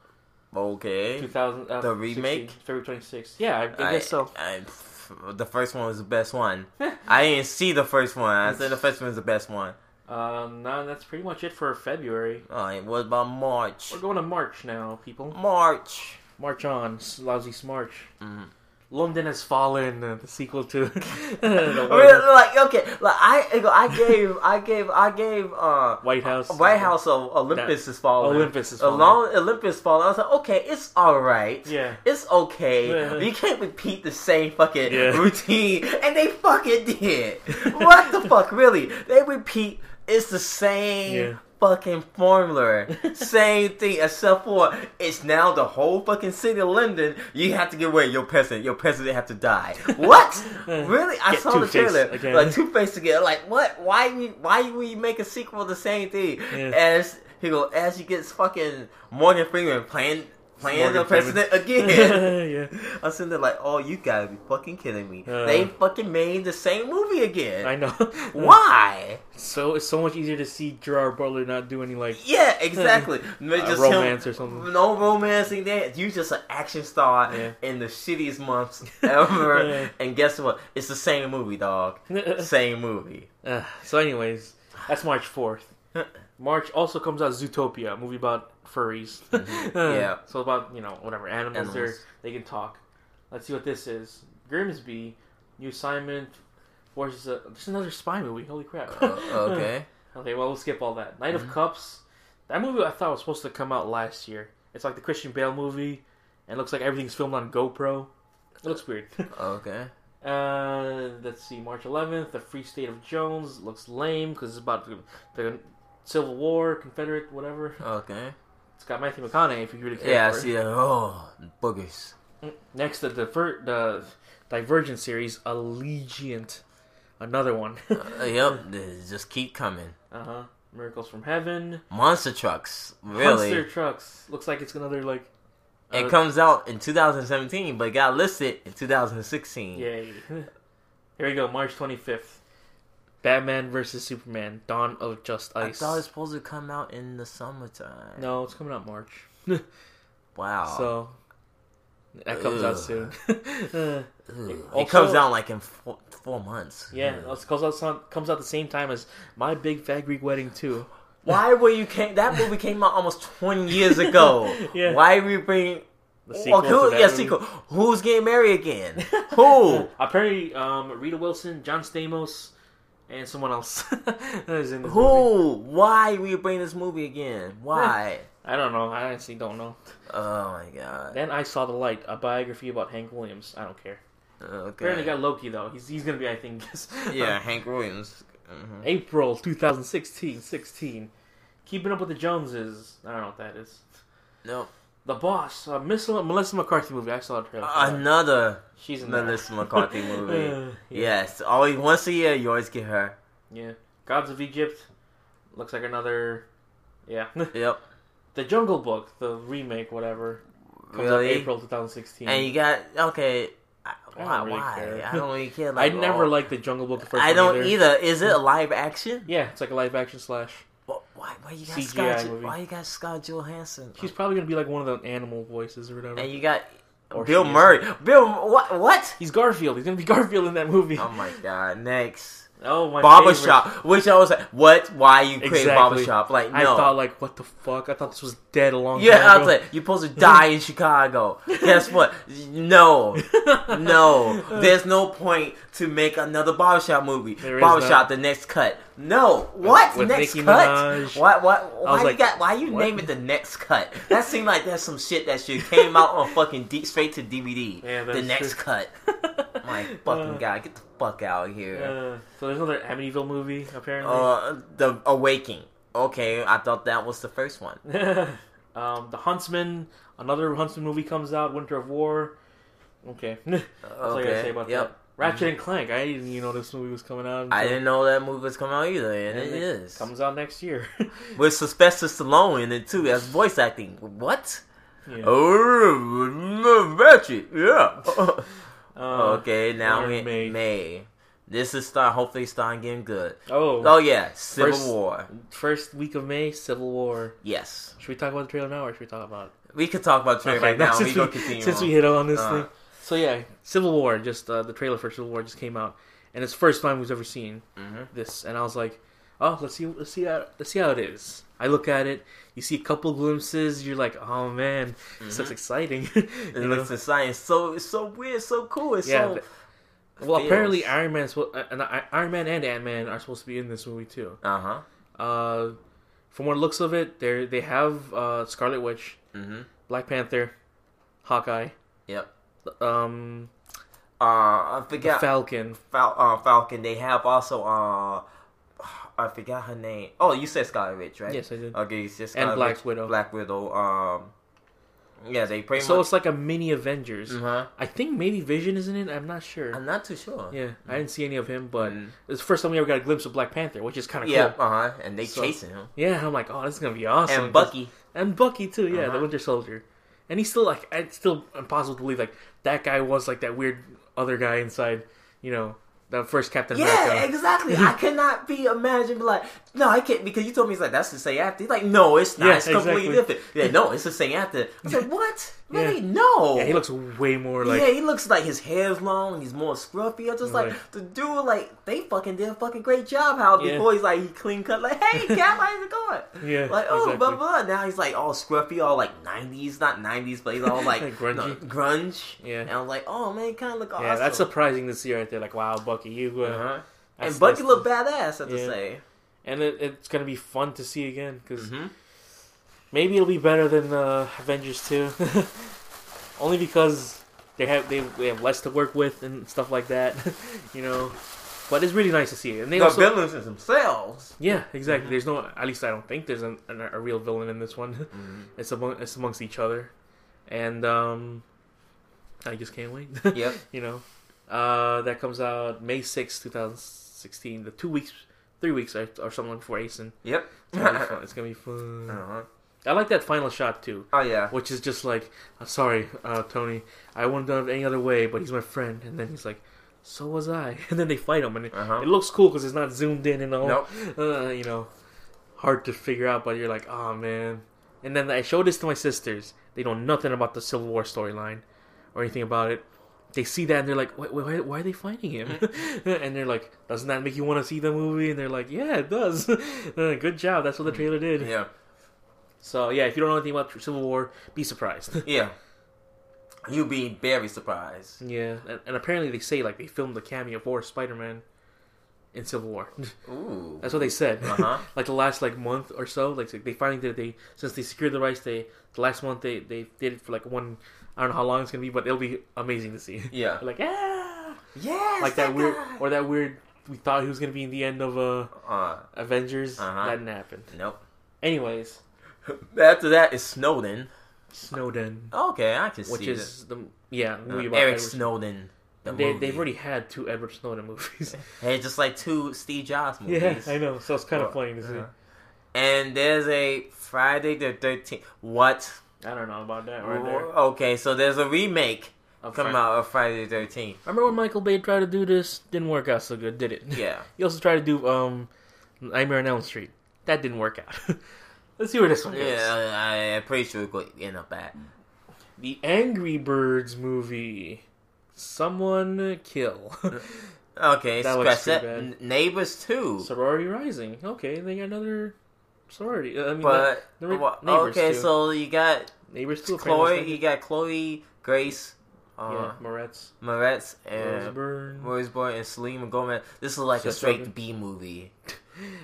Okay.
2000. Uh,
The remake?
16, February 26th. Yeah, I, I guess so.
I- pff, the first one was the best one. I didn't see the first one. I said the first one was the best one.
Um, now that's pretty much it for February.
All right, what about March?
We're going to March now, people.
March.
March on, s- lousy smarch.
Mhm.
London has fallen. uh, the sequel to
I
the
mean,
White,
like okay, like I, I gave, I gave, I gave, uh,
White House. Uh,
White House of Olympus is falling.
Olympus is falling.
Along Olympus falling. I was like, okay, it's all right.
Yeah.
It's okay.
Yeah.
You can't repeat the same fucking
Yeah.
routine, and they fucking did. what the fuck, really? They repeat. It's the same
Yeah.
fucking formula, same thing, except for it's now the whole fucking city of London. You have to get away your president. Your president have to die. What? really? I
Get
saw the
Two-Face
trailer.
again.
Like Two Face again. Like what? Why we? Why we make a sequel to the same thing?
Yeah.
As he go, as he gets fucking Morgan Freeman playing playing
Morgan
the president again.
yeah.
I'm sitting there like, oh, you gotta be fucking kidding me.
Uh.
they fucking made the same movie again.
I know.
why?
So it's so much easier to see Gerard Butler not do any like.
Yeah, exactly. Make
Uh,
just
romance
him-
or something.
No romancing that. You just an action star
Yeah.
in the shittiest months ever.
Yeah.
And guess what? It's the same movie, dog. same movie. Uh,
Uh, so, anyways, that's March fourth. March also comes out Zootopia, a movie about furries.
Yeah.
So about you know whatever animals, they're
Animals.
they can talk. Let's see what this is. Grimsby, New Simon, forces a. This is another spy movie. Holy crap.
Oh, okay. Mm-hmm.
Okay, well, we'll skip all that. Knight of Cups. That movie I thought was supposed to come out last year. It's like the Christian Bale movie, and it looks like everything's filmed on GoPro. It looks weird.
Okay.
uh, let's see, March 11th, The Free State of Jones. Looks lame because it's about the, the Civil War, Confederate, whatever.
Okay.
It's got Matthew McConaughey if you really care.
Yeah, I
for it.
see that. Oh, boogers.
Next, the, diver- the Divergent series, Allegiant. Another one.
Uh, yep, they just keep coming.
uh huh. Miracles from Heaven.
Monster trucks, really.
Monster Trucks. Looks like it's another, like.
It
uh,
comes out in 2017, but it got listed in 2016.
Yay. Here we go, March 25th. Batman versus Superman, Dawn of Just
I
Ice.
thought it was supposed to come out in the summertime.
No, it's coming out March.
Wow.
So, that comes out
Ugh.
soon. Uh,
Ugh. it
also-
comes out like in four, four months.
yeah,
Ugh.
it comes out, some- comes out the same time as My Big Fat Greek Wedding too.
Why were you came? That movie came out almost 20 years ago.
Yeah.
Why we bring?
The
Oh, who,
to that
yeah,
movie.
sequel. Who's getting married again? who?
Apparently, um, Rita Wilson, John Stamos, and someone else is in this movie.
Who? Why we bring this movie again? Why?
I don't know. I honestly don't know.
oh my god.
Then I saw The Light, a biography about Hank Williams. I don't care. Apparently,
Okay.
got Loki though. He's he's gonna be, I think.
yeah, Hank Williams. Mhm.
April 2016, 16. Keeping Up with the Joneses. I don't know what that is.
Nope.
The Boss, a Miss- Melissa McCarthy movie. I saw a trailer. for that.
Another
She's in that.
Uh, Melissa McCarthy movie.
Uh, yeah.
Yes, always once a year you always get her.
yeah. Gods of Egypt. Looks like another. Yeah.
Yep.
the Jungle Book, the remake, whatever. Comes out
Really?
April 2016.
And you got okay. I-
don't
Why?
really
why?
care.
I don't really care.
I
Like,
never
oh,
liked the Jungle Book the first
I
one
don't
either.
either. Is it a live action?
Yeah, it's like a live action slash.
Wh- Why? Why you got
CGI
Scott?
movie.
Why you got Scott Johansson?
She's probably gonna be like one of the animal voices or whatever.
And you got
Or
Bill
she is.
Murray. Bill, what? What?
He's Garfield. He's gonna be Garfield in that movie.
Oh my God! Next,
Oh my
Um, barbershop,
favorite.
which I was like, what? Why you create
Exactly.
barbershop? Like, no.
I thought like, what the fuck? I thought this was dead a long
yeah,
time
I
ago.
was like, you're supposed to die in Chicago. Guess what? No, no. There's no point to make another barbershop movie.
There is
barbershop, the next cut. No, what
with
next
Nicki
cut?
Minaj.
Why? Why? Why you
like,
got? Why you
what?
name it the next cut? That seemed like that's some shit that should came out on fucking deep straight to DVD.
Yeah,
the
that's
next
true.
cut. My fucking god, get the fuck out of here.
Uh, so there's another Amityville movie apparently.
Uh, the Awaking. Okay, I thought that was the first one.
um, the Huntsman. Another Huntsman movie comes out. Winter of War. Okay, that's all I gotta
okay,
say about
yep. Mm-hmm.
that. Ratchet and Clank. I didn't even know this movie was coming out.
I
until-
didn't know that movie was coming out either, and, it
and
is.
Comes out next year.
With Sylvester Stallone in it too as voice acting. What?
Yeah.
Oh, Ratchet. Yeah.
Uh,
okay, now
we're
we
in May.
May. May. This is start. Hopefully, starting getting good.
Oh,
Oh yeah, Civil
First-
War.
first week of May, Civil War.
Yes,
Should we talk about the trailer now, or should we talk about
we could talk about trade right now. We
Since,
gonna
we,
continue.
since
on.
we hit on this
Uh.
thing, so yeah, Civil War. Just uh, the trailer for Civil War just came out, and it's the first time we've ever seen
Mhm.
this. And I was like, oh, let's see, let's see how, let's see how it is. I look at it, you see a couple glimpses, you're like, oh man, this
Mm-hmm.
looks exciting. You
it
know?
looks exciting. So it's so weird, so cool. It's
Yeah,
so
th- well,
feels.
apparently Iron Man's spo- uh, and I- Iron Man and Ant Man are supposed to be in this movie too.
uh huh.
Uh, from what looks of it, they they have uh, Scarlet Witch,
Mm-hmm.
Black Panther, Hawkeye,
Yep.
um,
Uh, I
the
forgot
Falcon.
Fal- uh, Falcon. They have also uh, I forgot her name. Oh, you said Scarlet Witch, right?
Yes, I did.
Okay, you said
And
Scarlet
Black
Witch,
Widow.
Black Widow. Um, yeah, they pretty
So
much.
it's like a mini Avengers.
Uh-huh.
I think maybe Vision is in it. I'm not sure.
I'm not too sure.
yeah, I didn't see any of him, but
Mhm.
it's the first time we ever got a glimpse of Black Panther, which is kind of
Yeah.
cool.
Uh huh. And they
So-
chasing him.
Yeah, I'm like, oh, this is gonna be awesome.
And Bucky.
and Bucky too. Yeah,
Uh-huh.
the Winter Soldier, and he's still like, it's still impossible to believe like that guy was like that weird other guy inside, you know, the first Captain
Yeah,
America.
exactly. I cannot be imagined be like, no, I can't because you told me it's like that's the same actor. He's like, no, it's not.
Yeah,
it's completely
exactly.
different. Yeah, no, it's the same actor. I said, what?
Yeah.
Really? No.
Yeah, he looks way more like
yeah, he looks like his hair's long. He's more scruffy. I'm just like,
Right.
the dude. Like they fucking did a fucking great job. How
Yeah.
before he's like he clean cut. Like hey, cat, how's it going?
Yeah,
Like oh, blah
exactly.
blah. Now he's like all scruffy, all like '90s, not '90s, but he's all like
Like grungy.
no, grunge.
Yeah.
And I was like, oh man, kind of look awesome.
yeah. That's surprising to see right there. Like, wow, Bucky, you. Uh,
Uh-huh.
that's-
And Bucky
that's-
look badass. I have to
Yeah.
say.
and it, it's gonna be fun to see again because
Mhm.
maybe it'll be better than uh, Avengers two, only because they have they, they have less to work with and stuff like that, you know. But it's really nice to see it, and they
The Mm-hmm.
also
villains is themselves.
yeah exactly. There's no at least I don't think there's an, an, a real villain in this one. It's among it's amongst each other, and um, I just can't wait.
Yep.
you know, uh, that comes out May sixth, two 2016. The two weeks, three weeks or, or something before Asen.
Yep.
It's gonna be fun. It's gonna be fun.
Uh-huh.
I like that final shot too,
Oh yeah.
which is just like, uh, sorry, uh, Tony, I wouldn't have done it any other way, but he's my friend, and then he's like, so was I, and then they fight him, and it,
Uh-huh.
it looks cool because it's not zoomed in and all,
Nope.
uh, you know, hard to figure out, but you're like, oh man. And then I showed this to my sisters. They know nothing about the Civil War storyline or anything about it. They see that and they're like, why, why, why are they fighting him? and they're like, doesn't that make you want to see the movie? And they're like, yeah, it does. Uh, Good job. That's what the trailer did.
Hmm. Yeah.
So yeah, if you don't know anything about Civil War, be surprised.
Yeah. You'll be very surprised.
yeah, and, and apparently they say like they filmed the cameo for Spider-Man in Civil War.
Ooh.
That's what they said.
Uh-huh.
like the last like month or so, like they finally did. They since they secured the rights, they the last month they they did it for like one. I don't know how long it's gonna be, but it'll be amazing to see.
Yeah.
like ah,
Yes.
like that weird
guy.
or that weird. We thought he was gonna be in the end of uh
Uh,
Avengers.
Uh-huh.
That didn't happen.
nope.
Anyways,
After that is Snowden.
Snowden,
Okay, I can
which
see
is the yeah the
that.
movie
Uh,
about
Eric
Edward-
Snowden. The
They,
movie.
they've already had two Edward Snowden movies.
Hey, just like two Steve Jobs movies.
yeah, I know. So it's kind of funny to see.
Uh-huh. And there's a Friday the Thirteenth. What?
I don't know about that right there.
Okay, so there's a remake
Of
coming
Fri-
out of Friday the Thirteenth.
Remember when Michael Bay tried to do this? Didn't work out so good, did it?
Yeah.
He also tried to do um, Nightmare on Elm Street. That didn't work out. Let's see where this one goes.
Yeah, I, I'm pretty sure it's going to end up at.
The Angry Birds movie. Someone kill.
Okay,
That looks
scratch
too
that.
bad.
N- Neighbors too.
Sorority Rising. Okay, they got another sorority. Uh, I mean,
but
the- the
well,
neighbors
okay,
too.
so you got
neighbors too. apparently.
Chloe, you got Chloe, Grace, uh,
yeah, Moretz,
Moretz, and
Roseburn.
Roseburn and Selena Gomez. This is like a
Seth
straight
Rogen.
B movie.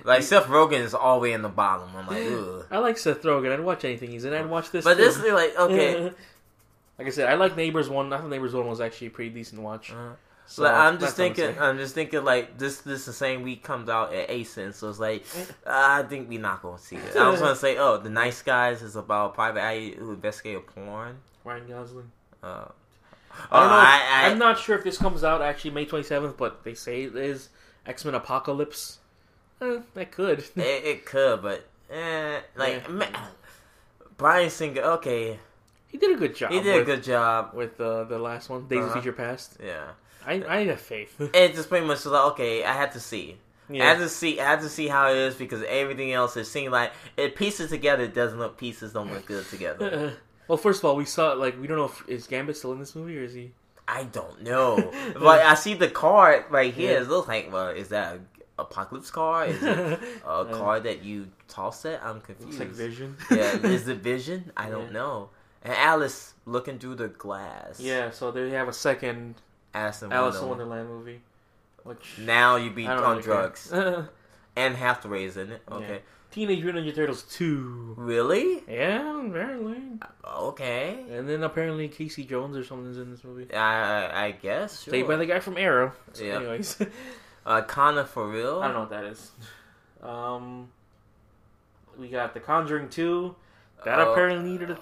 Like Seth Rogen is all the way in the bottom. I'm like, ugh.
I like Seth Rogen. I'd watch anything he's in. I'd watch this.
But this
too.
is like okay.
like I said, I like Neighbors One. I thought Neighbors One was actually a pretty decent watch.
Uh-huh.
So
Like, I'm
that's
just
what would
thinking.
say.
I'm just thinking like this. This the same week comes out at ASIN, so it's like I think we not gonna see it. I was gonna say, oh, the Nice Guys is about private eye who investigate a porn.
Ryan Gosling.
Uh, oh,
I don't know.
I, I,
am not sure if this comes out actually May 27th, but they say it is X Men Apocalypse. Eh, that could.
it, it could, but eh, like
Yeah.
man, Brian Singer. Okay,
he did a good job.
he did a
with,
good job.
with uh, the last one, Days of
Uh-huh.
Future Past.
Yeah,
I I have faith.
it just pretty much was like okay, I had to see. I had to see. I had to see how it is because everything else it seemed like it pieces together. It doesn't look pieces don't look good together.
well, first of all, we saw like we don't know if is Gambit still in this movie or is he?
I don't know. But I see the card right here. It looks like, well, is that an apocalypse card? Is it a card that you toss at? I'm
It's
confused.
like Vision.
yeah, is it vision? I don't
Yeah.
know. And Alice looking through the glass.
Yeah, so they have a second
Alice in
Alice in Wonderland
Wonderland.
movie, which
Now you be
I don't
on
really care.
drugs. And Hathaway is in it. Okay.
Teenage Mutant Ninja Turtles two.
Really?
Yeah, apparently.
Okay.
And then apparently Casey Jones or something's in this movie.
I I, I guess. Sure.
Played by the guy from Arrow. So
Yeah.
Anyways, I
uh, Connor for real.
don't know what that is. Um, we got The Conjuring two. That
Oh,
apparently needed a, a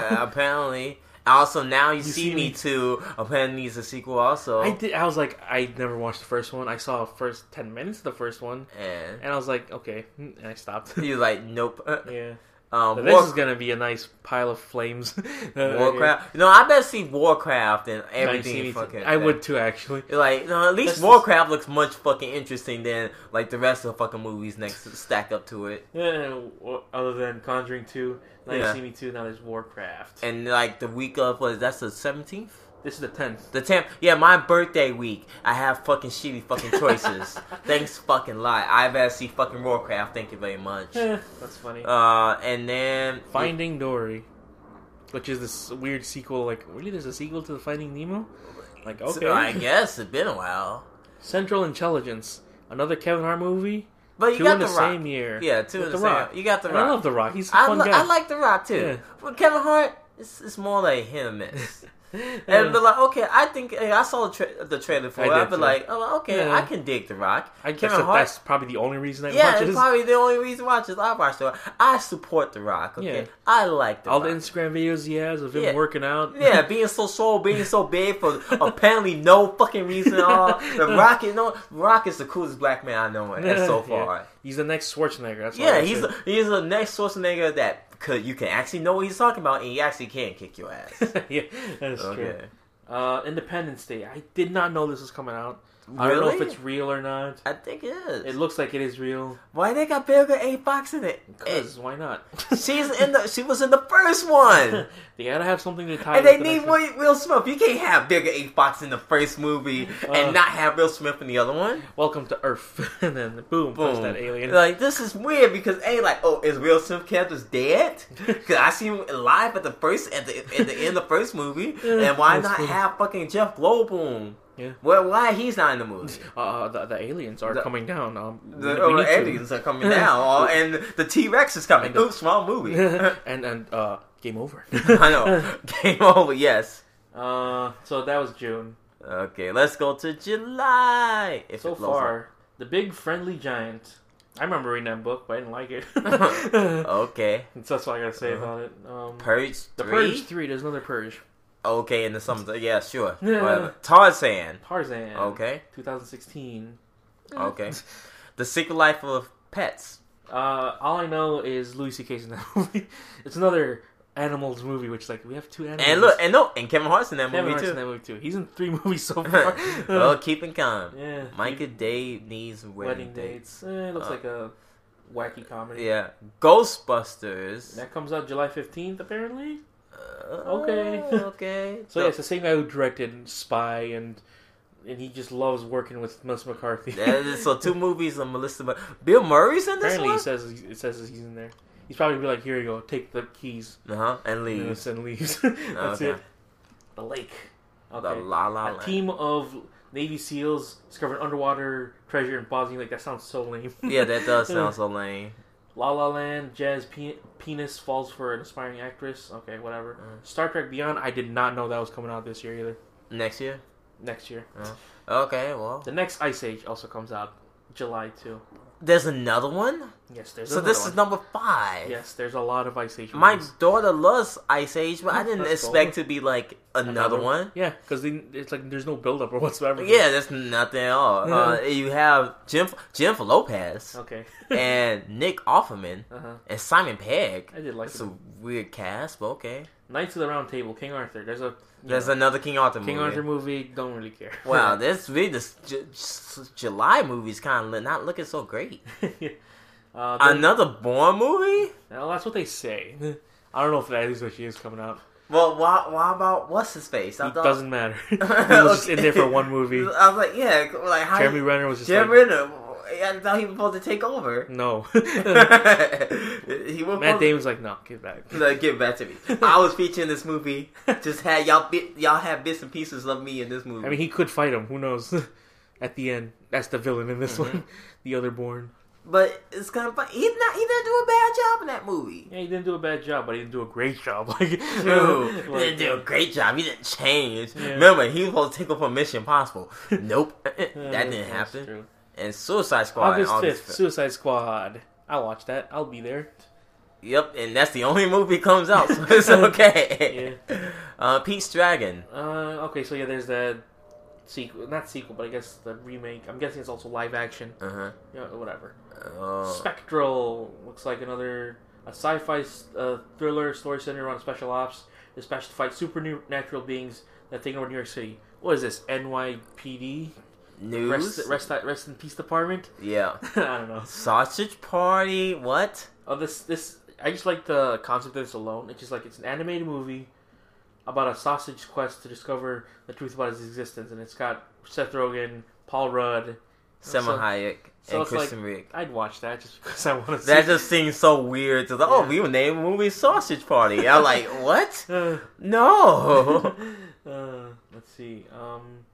sequel.
apparently. Also, now you, see,
see
me
me.
too. Apparently, needs a sequel also.
I did. I was like, I never watched the first one. I saw the first ten minutes of the first one,
and
and I was like, okay, and I stopped.
he's like, nope.
yeah.
Um,
So
War,
this is gonna be a nice pile of flames.
Warcraft. No, I better see Warcraft and
Yeah. I've
everything.
seen it.
fucking.
I would too, actually.
Like, no, at least
This is-
Warcraft looks much fucking interesting than like the rest of the fucking movies next to stack up to it.
Yeah, w- Uh, other than Conjuring 2, now
Yeah.
you see me 2, now there's Warcraft.
And like the week of what is that's the seventeenth.
this is the 10th.
The tenth, yeah, my birthday week. I have fucking shitty fucking choices. Thanks fucking lot. I better see fucking Warcraft. Thank you very much.
Eh, That's funny.
Uh, and then
Finding Dory, which is this weird sequel. Like, really, there's a sequel to the Finding Nemo? Like,
So,
okay.
I guess it's been a while.
Central Intelligence, another Kevin Hart movie.
But you
Two
got
in
the,
the,
Rock.
same year.
Yeah, two
With
in the, same. You got the
And I love
Rock.
The Rock. He's a
I,
fun
li-
guy.
I like the Rock too.
Yeah.
But Kevin Hart, it's, it's more like hit and miss.
Yeah.
and be like, okay, I think hey, I saw the, tra- the trailer for
I
it. I'd
did,
be
too.
like, oh, okay,
Yeah.
I can dig the Rock.
I guess
Kevin
that
Hart.
that's probably the only reason I
yeah,
watch
it's
it.
probably the only reason why watches. I watch the Rock. I support the Rock. Okay,
Yeah.
I like the
All
Rock.
the Instagram videos he has of him
Yeah.
working out.
yeah, being so small, being so big for apparently no fucking reason at all. The Rock is no Rock is the coolest black man I know and so
Yeah.
far.
He's the next Schwarzenegger. That's all I
Yeah,
can
he's
say.
a, he's the next Schwarzenegger that could you can actually know what he's talking about, and he actually can kick your ass.
yeah, that's true.
okay,
Uh, Independence Day. I did not know this was coming out. I don't know if
Really?
it's real or not.
I think it is.
It looks like it is real.
Why they got Bill A. Fox in it?
Cause why not?
Hey, she's in the she was in the first one,
they gotta have something to tie.
and
with
they
the
need
next one.
Will, Will Smith. You can't have Bill A. Fox in the first movie
Uh.
and not have Will Smith in the other one.
Welcome to Earth, and then boom, boom.
Boom.
that alien.
Like this is weird because a like oh is Will Smith character's dead? Because I seen him live at the first at the at the end of the first movie, and why
That's
not
funny.
have fucking Jeff Goldblum?
Yeah.
Well, why he's not in the movie?
Uh, the, the aliens are
The-
coming down. Um, we-
The
we
oh,
need
the
to.
aliens are coming down, oh, and the T Rex is coming. Oops, small movie. I
and and uh, game over.
know. Game over. Yes.
Uh, so that was June.
Okay, let's go to July. If
So
it blows
far,
up.
the big friendly giant. I remember reading that book, but I didn't like it.
Uh-huh.
so
Okay,
that's all I gotta say about it. Um,
Purge
the
Uh-huh. three.
Purge Three. There's another Purge.
Okay, and the something. Yeah, sure.
Yeah.
Whatever. Tarzan.
Tarzan.
Okay. Mm.
2016.
Okay. the Secret Life of Pets.
Uh, all I know is Louis C.K.'s in that movie. It's another animals movie, which like we have two animals.
And look, and no, and Kevin Hart's in that
Kevin
movie
Hart's in
too.
that movie too. He's in three movies so far.
well, keeping calm.
yeah,
Micah Day needs wedding,
wedding dates.
dates.
Eh, looks
Uh,
like a wacky comedy.
Yeah, Ghostbusters.
That comes out July 15th apparently.
Uh,
Okay.
okay.
So yeah, it's the same guy who directed Spy and and he just loves working with Melissa McCarthy.
That is- so two movies of Melissa. Mc- Bill Murray's in this
Apparently, it
one.
says it says he's in there. He's probably be like, "Here you go, take the keys."
Uh huh. And
And
leaves.
then leaves. That's
Okay.
it. The lake. Okay.
The La La
a
Land.
team of Navy SEALs discovered underwater treasure in Bosnia. Like that sounds so lame.
Yeah, that does sound so lame.
La La Land, jazz pe- penis falls for an aspiring actress. Okay, whatever.
Mm.
Star Trek Beyond. I did not know that was coming out this year either.
Next year.
Next year,
Okay. Well,
the next Ice Age also comes out July too.
there's another one.
Yes, there's
So
another
this
one.
is number five.
yes, there's a lot of Ice Age.
My
movies.
daughter loves Ice Age, but I didn't
That's cool.
expect to be like another one.
Yeah, because it's like there's no build up or whatsoever.
Yeah, that's nothing at all. Uh, you have Jim Jennifer Lopez
Okay.
and Nick Offerman
Uh-huh.
and Simon Pegg.
I did like
That's
it.
a weird cast, but okay.
Knights of the Round Table, King Arthur. There's a you
There's
know,
another King Arthur
King
movie.
Arthur movie. Don't really care.
Wow, this really this J- J- July movie's kind of not looking so great.
Yeah. uh, then-
Another Bourne movie?
well, that's what they say. I don't know if that is what she is coming out.
Well, why, why about what's his face? I
It
thought-
doesn't matter. he was just in there for one
I
movie.
was like, yeah, like how
Jeremy Renner was just
Jim
like,
Renner. I thought he was supposed to take over.
no.
he was
Matt
supposed
Damon's like, no, get back.
No, get back to me. I was featuring this movie. Just had y'all bit, y'all had bits and pieces of me in this movie.
I mean, he could fight him. Who knows? At the end, that's the villain in this one. The other born.
but it's kind of funny. He not he didn't do a bad job in that movie.
Yeah, he didn't do a bad job, but he didn't do a great job. Like,
Dude, he
like, uh,
didn't do a great job. He didn't change.
Yeah.
Remember, he was supposed to take over Mission Possible. Nope,
uh,
that didn't
that's
happen.
true.
And Suicide Squad. and
August
all this
fifth,
fi-
Suicide Squad. I'll watch that. I'll be there.
yep, and that's the only movie comes out, so it's okay. Uh, Pete's Dragon.
Uh, okay, so yeah, there's that sequel, not sequel, but I guess the remake. I'm guessing it's also live action.
Uh-huh.
Yeah, whatever.
Uh,
Spectral looks like another a sci-fi uh, thriller story centered around special ops dispatched to fight supernatural beings that take over New York City. What is this? NYPD?
news.
Rest, rest, rest in peace department?
yeah.
I don't know.
Sausage Party. What?
Oh, this this I just like the concept of this alone. It's just like it's an animated movie about a sausage quest to discover the truth about his existence, and it's got Seth Rogen, Paul Rudd.
Selma
So-
Hayek
so
and
it's like-
Kristen Rick.
I'd watch that just because I want to.
That
see
just seems so weird. To the, oh,
Yeah.
we would name a movie Sausage Party. I'm like, what?
Uh,
No.
uh, let's see. Um,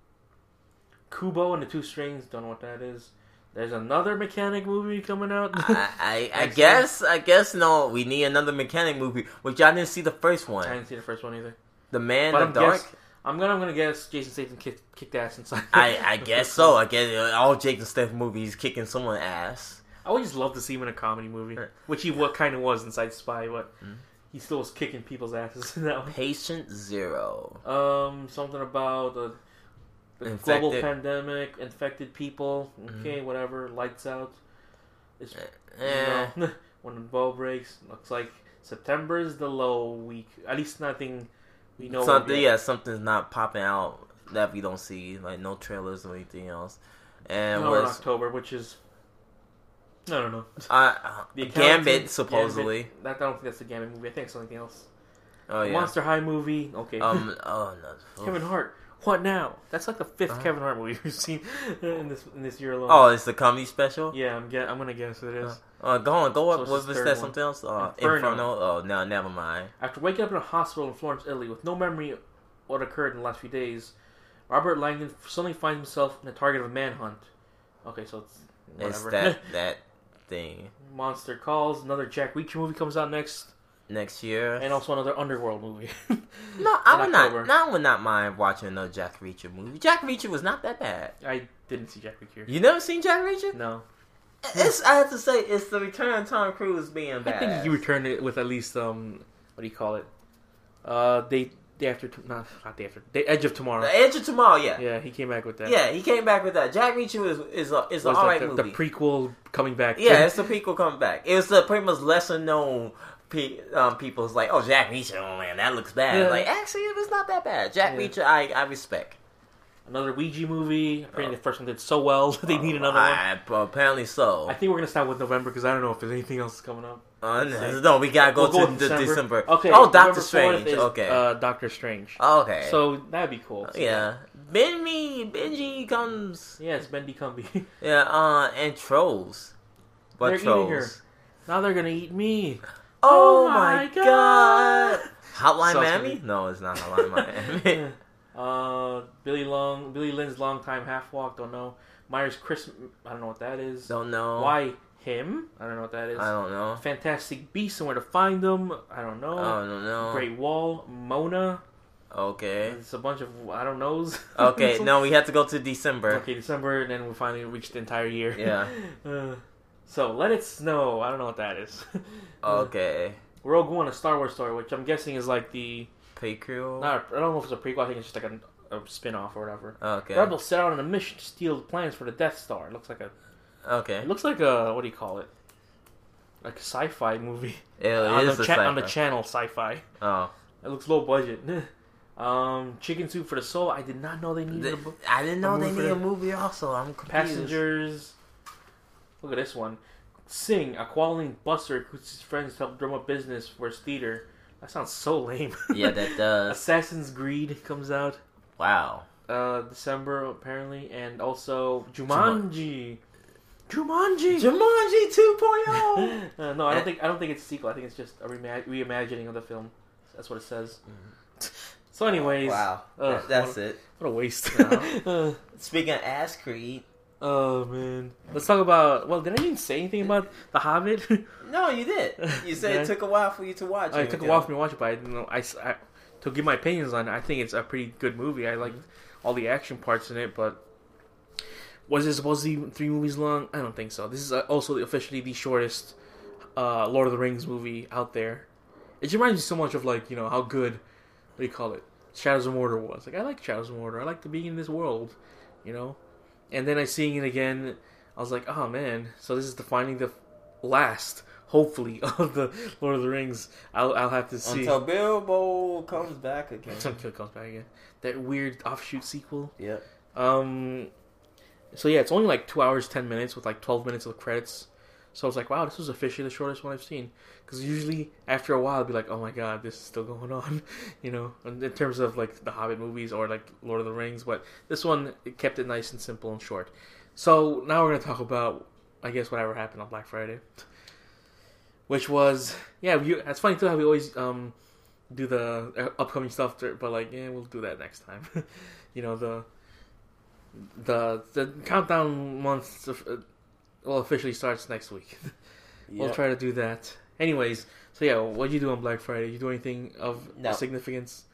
Kubo and the Two Strings. Don't know what that is. There's another mechanic movie coming out.
I, I, I
Excellent.
guess I guess no. We need another mechanic movie, which I didn't see the first
I
one.
didn't see the first one either.
The Man
But
in
I'm
the Dark.
guess- I'm gonna I'm gonna guess Jason Statham kicked, kicked ass inside.
I, I guess so. I guess uh, all Jake and Steph movies kicking someone ass.
I would just love to see him in a comedy movie,
Right. Mm-hmm.
which he what kind of was inside Spy, but he still was kicking people's asses in that one.
Patient Zero.
Um, something about the, the global
Infected. Mm-hmm.
pandemic, infected people. Okay, whatever. Lights out. It's,
Eh.
you know, when the ball breaks, looks like September is the low week. At least nothing we know. of
something
yet.
yeah, something's not popping out that we don't see, like no trailers or anything else. And
No, in
was
October, which is I don't know.
uh, uh,
The Accountant,
Gambit supposedly?
Gambit, that I don't think that's the Gambit movie. I think it's something else.
Oh yeah.
Monster High movie. Okay.
um. Oh no.
Kevin Hart. What now? That's like the 5th Kevin Hart movie we've seen in this in this year alone.
Uh-huh. Oh, it's the comedy special.
yeah, I'm ge- I'm gonna guess it is.
Uh, go on,
So
go up.
it's
was
his
that
third one.
something else? Uh,
Inferno.
Inferno. Oh no, never mind.
After waking up in a hospital in Florence, Italy, with no memory of what occurred in the last few days, Robert Langdon suddenly finds himself in the target of a manhunt. Okay, so it's
It's
whatever.
that that thing
Monster Calls. Another Jack Reacher movie comes out next,
next year.
and also another Underworld movie.
no, I
in
would
October.
not. no, I would not mind watching another Jack Reacher movie. Jack Reacher was not that bad.
I didn't see Jack Reacher.
You never seen Jack Reacher?
No,
It's. I have to say, it's the return of Tom Cruise being
I
bad.
think you returned it with at least um, what do you call it? Uh, day day after t- not not day after day Edge of Tomorrow.
The Edge of Tomorrow. Yeah.
Yeah, he came back with that.
Yeah, he came back with that. Jack Reacher is is a is
It was
an alright
like the,
movie.
the prequel coming back.
Yeah, it's the prequel coming back. It was the pretty much lesser known pe- um, people's like, oh Jack Reacher, oh man, that looks bad.
Yeah.
Like actually, it was not that bad. Jack
Yeah.
Reacher, I, I respect.
another Ouija movie.
Oh.
Apparently, the first one did so well they need another one.
Uh, I, Apparently so.
I think we're gonna start with November because I don't know if there's anything else coming up.
Uh, no, no, we gotta go
We'll
to
with
the December.
Okay.
Oh,
November
Doctor
4th
Strange.
is,
okay.
Uh, Doctor Strange.
okay. Oh,
So that'd be cool.
yeah, Benji, Benji comes.
Yes, Bendy Cumby.
Yeah, uh, and trolls. But
They're eating
trolls.
her. now they're gonna eat me.
Oh,
Oh
my
my
god. Hotline
Sounds
Miami?
funny.
No, it's not Hotline Miami.
Uh, Billy Long, Billy Lynn's longtime half walk. Don't know. Myers Chris. I don't know what that is.
don't know.
Why him? I don't know what that is.
I don't know.
Fantastic Beasts and where to find them. I don't know.
I don't know.
Oh, Great Wall, Mona.
Okay.
It's a bunch of I don't knows.
Okay, no, we have to go to December.
Okay, December, and then we finally reached the entire year.
Yeah.
Uh, so let it snow. I don't know what that is.
Oh, Okay.
Rogue One, a Star Wars story, which I'm guessing is like the
Prequel?
not. I don't know if it's a prequel. I think it's just like a, a spin off or whatever.
Okay.
Rebels set out on a mission to steal the plans for the Death Star. It looks like a.
Okay.
It looks like a what do you call it? Like a sci-fi movie
It
on,
is
uh, the
a
cha- on the
sci-fi.
channel sci-fi.
Oh.
It looks low budget. um, Chicken Soup for the Soul. I did not know they needed a book.
I didn't know they
movie for
need a
the-
movie also. I'm confused.
Passengers. Look at this one. Sing, a quarreling buster recruits his friends to help drum up business for his theater. That sounds so lame.
Yeah, that does.
Assassin's Greed comes out
Wow.
uh, December apparently, and also Jumanji. Jumanji.
Jumanji oh! 2.0!
uh, no, I
Eh.
don't think I don't think it's a sequel. I think it's just a reima- reimagining of the film. That's what it says. So, anyways,
Mm-hmm. Oh, Wow.
Ugh,
That's
what
it.
a, what a waste. Uh,
No. Speaking of Ass Creed.
oh man, let's talk about. Well, did I even say anything about the Hobbit?
No, you did. You said
Yeah.
it took a while for you to watch
I took a while for me to watch Oh, it, but I didn't know. I, s- I- to give my opinions on it, I think it's a pretty good movie. I liked
Mm-hmm.
all the action parts in it, but was it supposed to be three movies long? I don't think so. This is uh, also officially the shortest uh, Lord of the Rings movie out there. It just reminds me so much of like you know how good what do you call it Shadows of Mordor was. Like I like Shadows of Mordor. I like to be in this world, you know. And then I seeing it again, I was like, oh man. So this is the finding the last, hopefully, of the Lord of the Rings. I'll I'll have to see
Until Bilbo comes back again.
until it comes back again. That weird offshoot sequel.
Yep.
Um, so yeah, it's only like two hours ten minutes with like twelve minutes of credits. So I was like, wow, this was officially the shortest one I've seen. Because usually after a while, I'd be like, oh my god, this is still going on, you know, in in terms of like the Hobbit movies or like Lord of the Rings. But this one it kept it nice and simple and short. So now we're gonna talk about, I guess, whatever happened on Black Friday, which was yeah, we, it's funny too how we always um do the uh, upcoming stuff, but like yeah, we'll do that next time, you know the the the countdown month uh, will officially starts next week. We'll
Yep.
try to do that. Anyways, so yeah, what'd you do on Black Friday? You do anything of
No.
significance,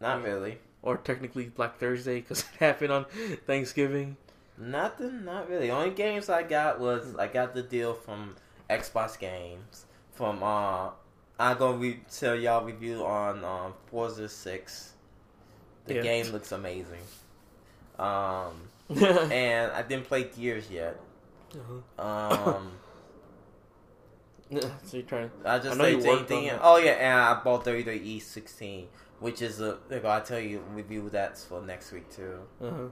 Not really.
or technically Black Thursday because it happened on Thanksgiving?
Nothing, not really. Only games I got was I got the deal from Xbox Games. From uh, I'm gonna re- tell y'all review on um, Forza Six. The
Yeah.
game looks amazing. Um,
Uh-huh.
and I didn't play Gears yet. Um, Uh-huh.
so you're trying.
I just
I know you
played
worked on
anything.
that.
Oh yeah, and I bought 33E 16, which is a. Like, I'll tell you review that for next week too.
Uh-huh.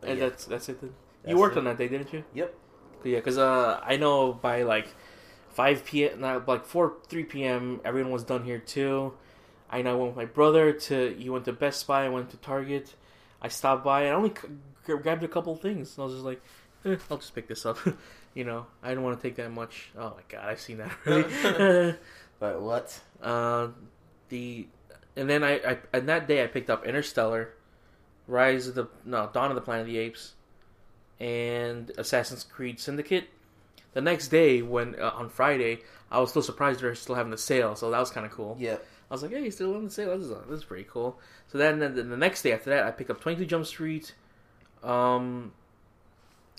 But
And
yeah,
that's that's it. Then. you
that's
worked
it.
on that day, didn't you?
Yep.
Yeah, because uh, I know by like 5 p.m., not like 4, 3 p.m., everyone was done here too. I know I went with my brother to, he went to Best Buy, I went to Target. I stopped by and I only c- g- grabbed a couple things. And I was just like, eh, I'll just pick this up. you know, I didn't want to take that much. Oh my god, I've seen that already.
But what?
uh, the, and then I, I, and that day I picked up Interstellar, Rise of the, no, Dawn of the Planet of the Apes, and Assassin's Creed Syndicate. The next day, when uh, on Friday, I was still surprised they were still having the sale, so that was kind of cool.
Yep.
I was like, "Hey, still on the sale? This is uh, this is pretty cool." So then, the, the next day after that, I picked up Twenty Two Jump Street, um,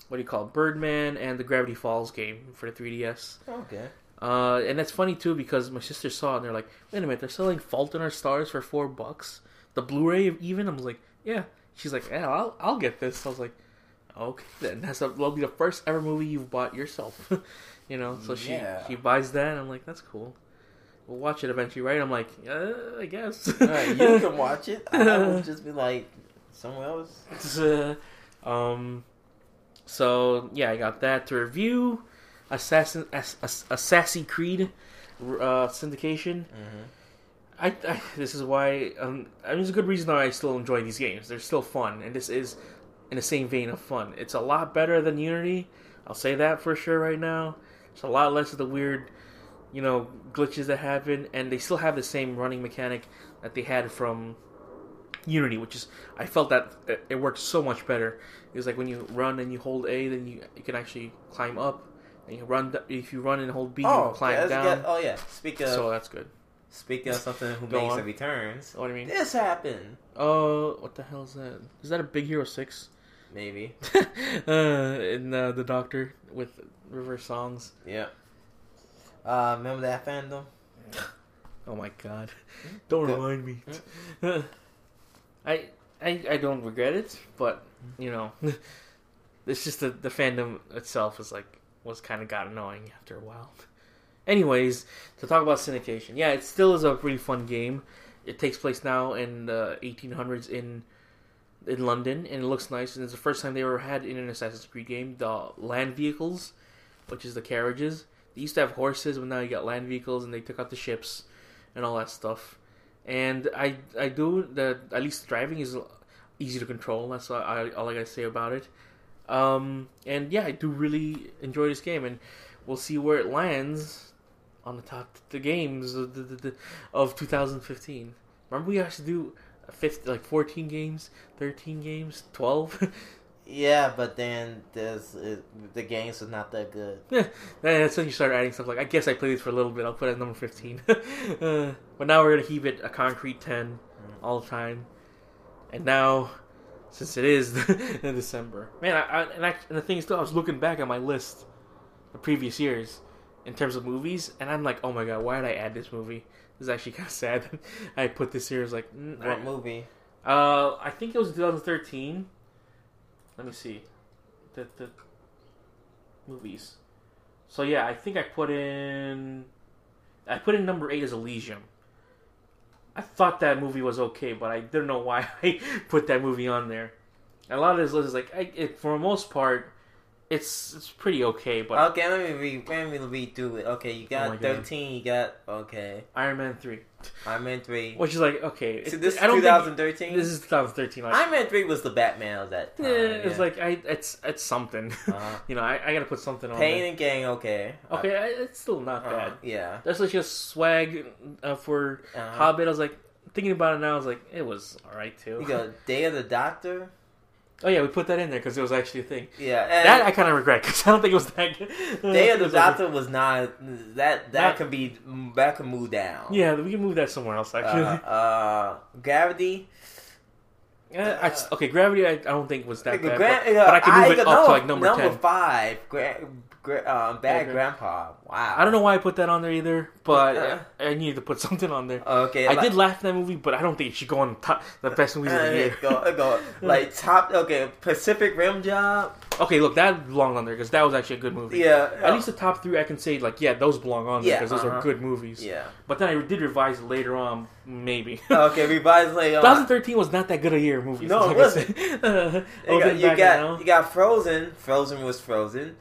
what do you call it, Birdman, and the Gravity Falls game for the 3DS.
Okay.
Uh, and that's funny too because my sister saw it and they're like, "Wait a minute, they're selling Fault in Our Stars for four bucks, the Blu-ray even." I was like, "Yeah." She's like, "Yeah, I'll I'll get this." I was like, "Okay, then that's a, that'll be the first ever movie you've bought yourself," you know. So she
Yeah.
she buys that and I'm like, "That's cool." We'll watch it eventually, right? I'm like, uh, I guess.
Alright, you can watch it. I would just be like somewhere else.
um, so yeah, I got that to review. Assassin, Ass- Ass- Assassin Creed uh, syndication. I, I this is why um, I mean, there's a good reason why I still enjoy these games. They're still fun, and this is in the same vein of fun. It's a lot better than Unity. I'll say that for sure right now. It's a lot less of the weird, you know, glitches that happen, and they still have the same running mechanic that they had from Unity, which is I felt that it- it worked so much better. It was like when you run and you hold A, then you you can actually climb up, and you run d- if you run and hold B, you climb
yeah, let's
down.
get- oh yeah. Speak of
So that's good.
speak of something who
Go
makes
on.
and returns.
You know what I mean?
This happened.
Oh, what the hell is that? Is that a Big Hero Six?
Maybe.
uh, and uh, the Doctor with reverse songs.
Yeah. Uh, remember that fandom?
Oh my God! Don't
Go-
remind me. I, I I don't regret it, but you know, it's just the the fandom itself is like was kind of got annoying after a while. Anyways, to talk about syndication, yeah, it still is a really fun game. It takes place now in the 1800s in in London, and it looks nice. And it's the first time they ever had in an Assassin's Creed game the land vehicles, which is the carriages. They used to have horses, but now you got land vehicles, and they took out the ships and all that stuff. And I I do the at least driving is easy to control. That's all I, all I gotta say about it. Um, and yeah, I do really enjoy this game, and we'll see where it lands on the top the games of, the, the, the, of 2015. Remember, we used to do 50, like 14 games, 13 games, 12.
Yeah, but then there's uh, the games are not that good.
Yeah, Eh, that's when you start adding stuff like, I guess I played this for a little bit, I'll put it at number 15. uh, but now we're going to heave it a concrete 10 all the time. And now, since it is in December, man, I, I, and, I, and the thing is, too, I was looking back at my list the previous years in terms of movies, and I'm like, oh my god, why did I add this movie? This is actually kind of sad. I put this here as like, mm,
What
I-
movie?
uh, I think it was 2013. Let me see. The, the movies. So yeah, I think I put in. I put in number eight as Elysium. I thought that movie was okay, but I didn't know why I put that movie on there. And a lot of this list is like, I, it, for the most part, it's it's pretty okay. But
Okay, let me re let me redo it. Okay, you
Oh my God.
got thirteen. You got okay.
Iron Man three,
Iron Man three.
which is like okay,
So
it-
this is
I don't think
2013.
this is 2013. Like,
Iron Man three was the Batman of that time.
yeah, Uh, it's
yeah.
like I it's it's something.
Uh-huh.
you know, I, I gotta put something on. there.
Pain and Gang. Okay.
Okay, I, it's still not
Uh,
bad.
yeah.
That's like just swag uh, for
Uh-huh.
Hobbit. I was like thinking about it now. I was like, it was all right too.
You go Day of the Doctor.
Oh yeah, we put that in there because it was actually a thing.
Yeah. and
That I kind of regret because I don't think it was that good.
Day of
It
the
was like-
Doctor was not that.
Not-
That could be that could move down.
Yeah, we can move that somewhere else.
Uh,
Actually,
uh, gravity.
Yeah, Uh, I just- okay, Gravity. I, I don't think was that bad,
Like, gra- uh,
but, but I can move it
no,
up to like number, ten.
five. Gra- gra- um, bad
Okay.
grandpa. Wow.
I don't know why I put that on there either, but
Uh-uh.
I, I needed to put something on there.
Okay,
I
like-
did laugh at that movie, but I don't think it should go on top the best movies of
Uh,
the year.
go, go. Like top. Okay, Pacific Rim job.
Okay, look, that belonged on there because that was actually a good movie.
Yeah.
At least the top three, I can say like, yeah, those belong on there
Yeah,
because those are
uh-huh.
good movies.
Yeah.
But then I did revise it later on, maybe.
Okay, revise later. on.
2013 was not that good a year. Movies.
No, it
like I
wasn't.
said. Uh,
You got
looking
you
back
got,
now,
you got Frozen. Frozen was Frozen.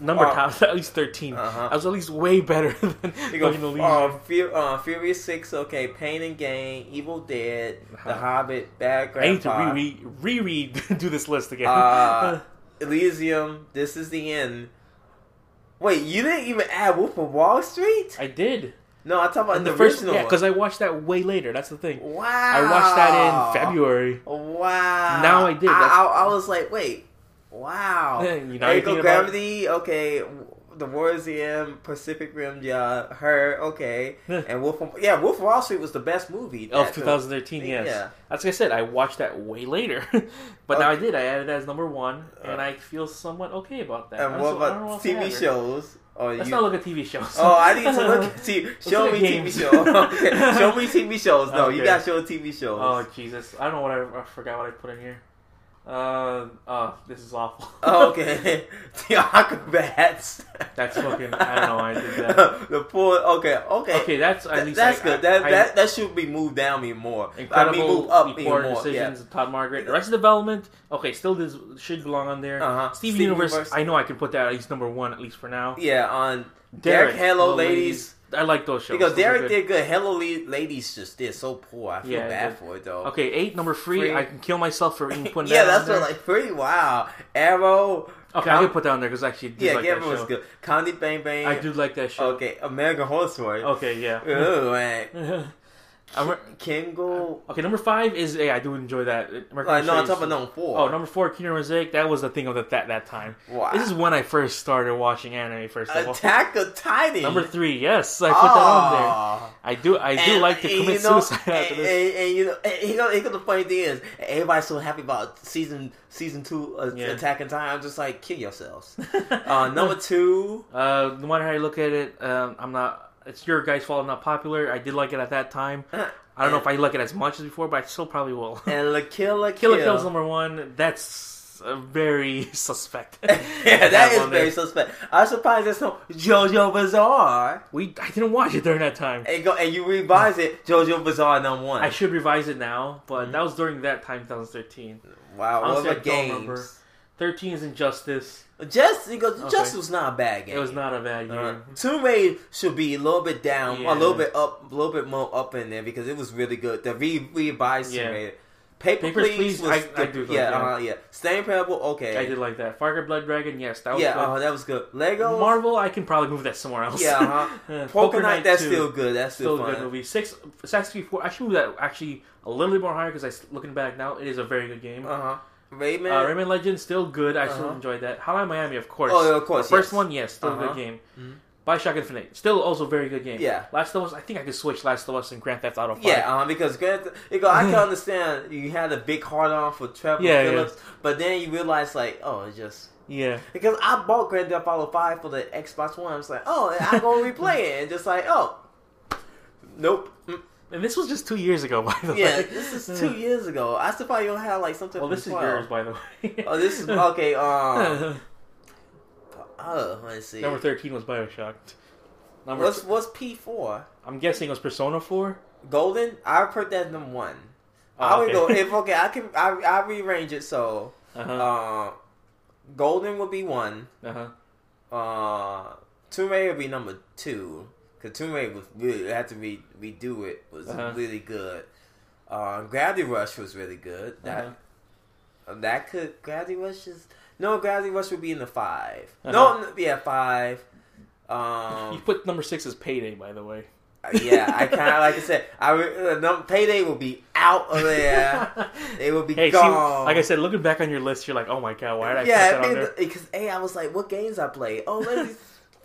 number
uh,
top at least 13.
Uh-huh.
I was at least way better than
You
fucking
go,
Elysium.
uh, Fur- uh, Furious Six. Okay, Pain and Gain, Evil Dead, The
Uh-huh.
Hobbit, Bad
I need to
Grandpa.
reread, reread, do this list again.
Uh, Elysium. This is the end. Wait, you didn't even add Wolf of Wall Street?
I did.
No, I talk about
And
the,
the first,
original
yeah,
one.
because I watched that way later. That's the thing.
Wow.
I watched that in February.
Wow.
Now I did.
I,
That's-
I, I was like, wait, wow.
Yeah, you know,
There
you
you go,
think about it.
Gravity, okay. The Warriors in Pacific Rim, yeah, her, okay.
Yeah.
and Wolf of, yeah, Wolf of Wall Street was the best movie.
Of
That- uh,
2013, yes.
Yeah.
That's like I said, I watched that way later. but now I did. I added that as number one, and
Uh,
I feel somewhat okay about that.
And
I'm
what
so- I don't know
about
if I
TV
added.
shows? Or
Let's
you,
not look at TV shows.
Oh, I need to look at TV. Show
look
me
at
TV
games.
show. Okay. Show me TV shows. No, you
Okay.
gotta show TV shows.
oh, Jesus. I don't know what I, I forgot what I put in here. Uh, oh, this is awful.
Oh, okay. the acrobats.
That's fucking- I don't know why I did that.
the pool. Okay. Okay.
okay, that's at least
that's
I-
good.
I-
that,
I-
that that should be moved down even more.
Incredible
I mean, move up even
reporter
more.
decisions. Todd Margaret, Arrested Development. Okay, still this should belong on there.
Uh-huh.
Steven
Steven
Universe,
Universe.
I know I can put that at least number one, at least for now.
Yeah. Yeah. On
Derek,
Derek, Hello,
Hello,
ladies.
I like those shows.
Because
Those are
Derek
good.
did good. Hello, La- ladies, just did so poor. I feel
Yeah,
bad
good.
for it though.
Okay, eight number three.
Free.
I can kill myself for even putting that.
yeah,
on
that's what
there.
like pretty wow. Arrow.
Okay, I
Com-
can put that on there because actually, I do
yeah,
like that
Gavin was
show.
good. Comedy Bang Bang.
I do like that show. Oh,
Okay, American Horror Story.
Okay, yeah.
Ooh, man.
I'm re-
Kingle.
okay, number five is yeah, I do enjoy that. American
Like, Uh, no, I'm
Series.
talking about number four.
Oh, number four, Kingdom Hearts Zig. That was the thing of the, that that time.
Wow. Uh,
This is when I first started watching anime. First of all,
Attack of Titan.
number three. Yes, I put that on there.
Aw.
I do. I do
Ah. And-
like to
and, you
commit
know,
suicide after
and,
this.
and- and, you know, and, you know, you know, the funny thing is, everybody's so happy about season season two of
Yeah.
Attack on Titan. I'm just like, kill yourselves. uh, number two,
Uh, no matter how you look at it, um, I'm not. It's your guys' fault. I'm not popular. I did like it at that time. I don't know if I like it as much as before, but I still probably will.
uh, and La Kill La Kill.
Killer Kill's number one. That's uh, very suspect.
yeah, that
That
is
one
very
there.
suspect. I'm surprised there's no JoJo Bizarre.
We I didn't watch it during that time.
And go and you revise it, JoJo Bizarre number one.
I should revise it now, but
Mm-hmm.
that was during that time, 2013.
wow, what
Honestly, I
about
don't remember.
games?
13 is Injustice.
Just because
Okay.
Just was not a bad game.
It was not a bad year.
Uh, Tomb Raider should be a little bit down,
Mm-hmm. Yeah.
a little bit up, a little bit more up in there because it was really good. The re revised
Yeah.
Tomb Raider. Paper,
Paper
Please,
Please,
was
I-
good.
I do like
yeah,
that.
uh, yeah. Stain Parable, okay,
I did like that. Fire Blood Dragon, yes, that was
yeah,
good.
uh, that was good. Lego,
Marvel, I can probably move that somewhere else. Uh,
yeah, uh-huh. Poker, Knight, that's
2,
still good, that's still,
still a
fun.
good movie. Six, sixty four. I should move that actually a little bit more higher because I looking back now, it is a very good game.
Uh huh. Rayman,
Uh, Rayman Legends still good. I still
Uh-huh.
enjoyed that. Hotline Miami, of course.
Oh, of course,
The first
yes.
one, yes, still a
Uh-huh.
good game. Bioshock Infinite, still also very good game.
Yeah.
Last of Us, I think I could switch Last of Us and Grand Theft Auto. 5.
Yeah, um, because Grand, because I can understand you had a big heart on for Trevor
Yeah, yeah.
Phillips, but then you realize like, oh, it's just
yeah.
because I bought Grand Theft Auto Five for the Xbox One. I was like, oh, and I'm gonna replay it, and just like, oh, nope. Mm.
And this was just two years ago, by the
Yeah,
way.
this is two years ago. I still probably don't have like something.
Well,
from
this is
12.
yours, by the way.
Oh, this is okay. Um, oh, let's see.
Number thirteen was Bioshock. Number
What's what's P four?
I'm guessing it was Persona Four.
Golden. I put that number one.
Oh,
I would
okay.
go if okay. I can. I I rearrange it so.
Uh
Uh, Golden would be one.
huh. Uh huh.
Uh, Tomb Raider would be number two. Cause Tomb Raider was really I had to re- redo it was
Uh-huh.
really good. Uh, Gravity Rush was really good. That
Uh-huh.
uh, that could Gravity Rush is no Gravity Rush would be in the 5 No,
Uh-huh.
n- yeah five.
You
Um,
put number six as Payday, by the way.
yeah, I kind of like I said, I re- uh, num- Payday will be out of there. They will be
Hey, see,
Oh, gone.
like I said, looking back on your list, you're like, oh my god, why did I
yeah,
put that on there?
because hey, I was like, what games I play? Oh, let me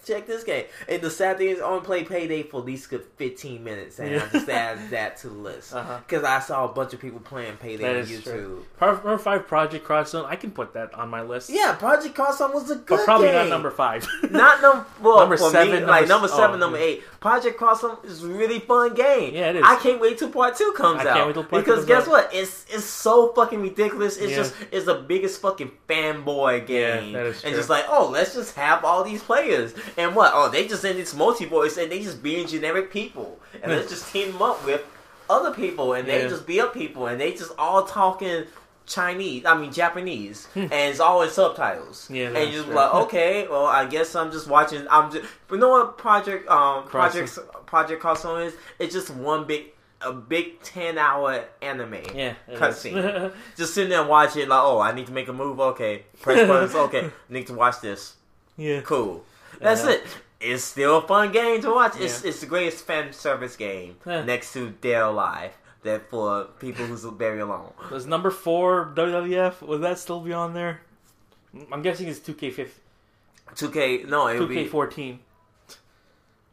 check this game. And the sad thing is, I only played Payday for at least good fifteen minutes, and I
Yeah.
just added that to the list
Uh-huh.
because I saw a bunch of people playing Payday
That
on
is
YouTube.
true. Power- Number five, Project Crosszone. I can put that on my list.
Yeah, Project Call Sign was a good,
but probably not
game.
number five.
Not number well,
Number
for
seven,
me,
number
like
s-
number seven,
oh,
number
yeah.
eight. Project Crossum is a really fun game.
Yeah, it is.
I can't wait till part two comes
I
out
can't wait till part two
because
comes
guess
out.
what? It's it's so fucking ridiculous. It's
Yeah.
just it's the biggest fucking fanboy game.
that is
and
true.
just like oh, let's just have all these players and what? Oh, they just in this multi voice and they just being generic people and let's just team 'em up with other people and they
Yeah.
just be up people and they just all talking. Chinese, I mean Japanese, and it's always subtitles.
Hmm. Yeah,
and
that's
you're
true.
like, okay, well, I guess I'm just watching. I'm just, you know what project, um, project, project Crossbone is? It's just one big, a big ten hour anime.
yeah. it is.
Cutscene. Just sitting there and watch it. Like, oh, I need to make a move. Okay, press buttons. Okay, need to watch this.
yeah.
Cool. That's
Uh-huh.
it. It's still a fun game to watch. It's it's the greatest fan service game
Yeah.
next to Dead or Alive. That for people who's very alone.
Was number four WWF? Would that still be on there? I'm guessing it's 2K15,
2K, no, it would be.
2K14.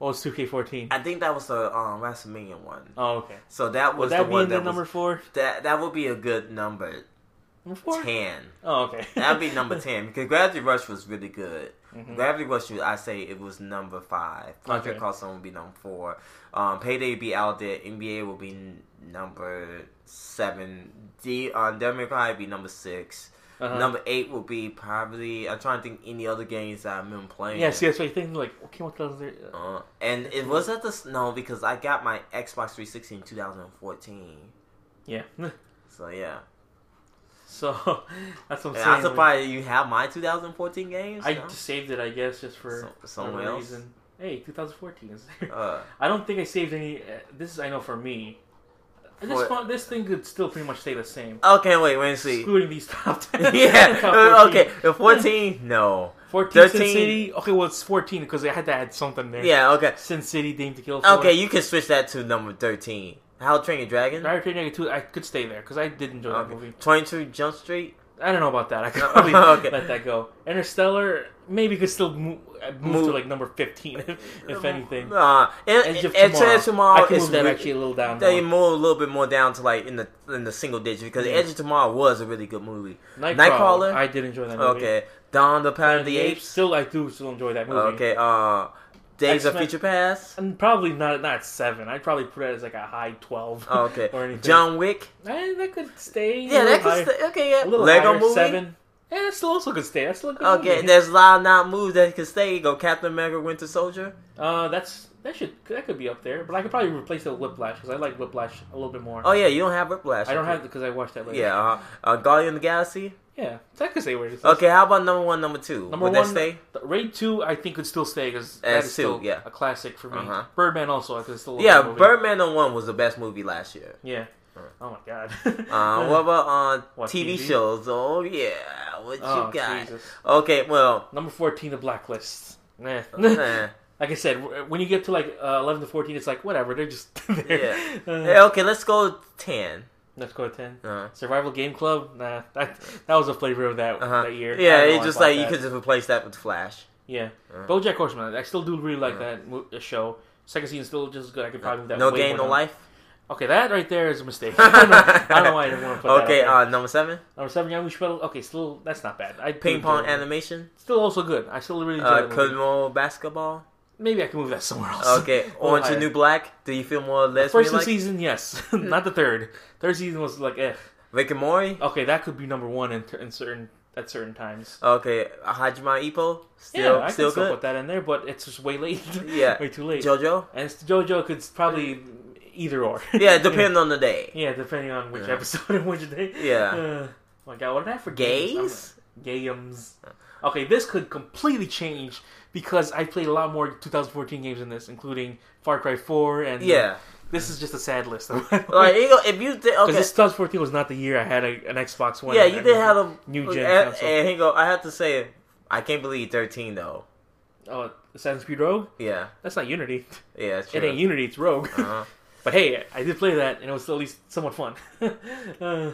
Oh, it's 2K14.
I think that was the um, WrestleMania one.
Oh, okay.
So that was
Would that
the
be
one
in the
that was,
number four?
that that would be a good number
Number four?
ten.
Oh, okay.
That'd be number ten because Gravity Rush was really good. Gravity Rush, I say it was number five. Project
Mm-hmm. Okay.
Call Saul would be number four. Um, Payday would be out there. NBA will be n- number seven. D um, on Demon would be number 6
Uh-huh.
Number eight will be probably. I'm trying to think any other games that I've been playing.
Yeah, see, that's what you think. Like, okay, what the other?
Uh, and it was at the no because I got my Xbox 360 in 2014.
Yeah.
So yeah.
So, that's what I'm saying.
Yeah, I'm
like-
surprised you have my 2014 games.
I
no?
saved it, I guess, just for
So- somewhere
whatever
else?
reason. Hey, 2014 is there.
Uh,
I don't think I saved any. Uh, this is I know for me. This
For-
fun, this thing could still pretty much stay the same,
okay, wait, wait, see.
excluding these top ten.
yeah, uh,
top 14.
okay. The 14, no.
14 Sin
13.
City. Okay, well it's 14 because I had to add something there.
Yeah, okay.
Sin City, Dame to Kill. For.
Okay, you can switch that to number 13. How to Train Your Dragon?
Dire Straits Negative 2, I could stay there because I did enjoy that
Okay.
movie.
22 Jump Street?
I don't know about that. I could
No,
probably
okay.
let that go. Interstellar maybe could still move, move, to
Move.
like number 15 if, if anything.
Nah. And,
Edge of
and
Tomorrow.
Tomorrow
I can
is
move that
re-
actually a little down.
They
more.
move a little bit more down to like in the in the single digits because
Yeah.
Edge of Tomorrow was a really good movie.
Nightcrawler,
Nightcrawler?
I did enjoy that movie.
Okay, Dawn of the Planet
Planet
of the Apes.
Still, I do still enjoy that movie.
Okay, uh, Days of
X-Men.
Future Past.
And probably not not seven. I'd probably put it as like a high twelve.
Oh, Okay,
or anything.
John Wick.
Eh, that could stay.
Yeah,
a
that
little
could
higher-
stay. Okay, yeah.
A little
Lego
higher,
movie.
seven. Yeah, that still also could stay. That's still a good
Okay,
movie.
and there's a lot of not moves that could stay. Go Captain America, Winter Soldier.
Uh, that's that should that could be up there, but I could probably replace it with Whiplash because I like Whiplash a little bit more.
Oh yeah, you don't have Whiplash.
I don't have because I watched that later.
Yeah, uh, uh, Guardian of the Galaxy.
yeah, that could stay where it is.
Okay, how about number one, number two?
Number one,
Would that stay?
The- Raid two, I think could still stay because
As
that's
two,
still
yeah.
a classic for me.
Uh-huh.
Birdman also, I could still love
Yeah,
that movie.
Birdman on one was the best movie last year.
Yeah. Oh my god.
Uh, what about uh,
What,
TV,
TV?
shows? Oh yeah, what you
Oh,
got?
Jesus.
Okay, well,
Number fourteen, The Blacklist. Nah.
eh.
like I said, w- when you get to like uh, eleven to fourteen, it's like whatever. They're just there.
Yeah.
Uh,
Eh, okay, let's go ten.
let's go to ten.
Uh,
Survival Game Club. Nah, that that was a flavor of that
uh-huh.
that year. I
Yeah,
don't know
it's
why
just
I bought
like you
that.
could just replace that with Flash.
Yeah,
Uh-huh.
BoJack Horseman. I still do really like
Uh-huh.
that mo- the show. Second season still just good. I could probably move that.
No
way
game,
more
no
down.
life.
Okay, that right there is a mistake. I, don't know, I don't know why I didn't want to put
okay,
that. up there.
uh, number seven,
number seven, Young Shuttle. Okay, still that's not bad. I do
ping pong
enjoy it.
animation,
still also good. I still really enjoy
uh,
that movie.
Kodomo basketball.
Maybe I can move that somewhere else.
Okay,
A little
Orange
higher.
and New Black. Do you feel more or less
First
like
season, yes, not the third. Third season was like, eh.
Rick and Morty?
Okay, that could be number one in, in certain at certain times.
Okay, Hajima Ippo.
Yeah,
Still,
I
still
can still
good.
put that in there, but it's just way late.
Yeah.
way too late.
JoJo.
and it's- JoJo could probably either or.
Yeah, depending on the day.
Yeah, depending on which
Yeah.
episode and which day.
Yeah.
Uh, oh my god, what did I forget?
Gays.
Gayums. Okay, this could completely change because I played a lot more 2014 games in this, including Far Cry 4, and uh,
Yeah,
this is just a sad list.
like you know, if you think
Because
okay,
this 2014 was not the year I had a, an Xbox One.
yeah,
and
you did have a
New gen
and,
console.
and he go, I have to say, I can't believe thirteen though.
Oh, Assassin's Creed Rogue?
Yeah,
That's not Unity.
yeah, it's true.
It ain't Unity, it's Rogue.
Uh-huh.
but hey, I did play that, and it was at least somewhat fun. uh,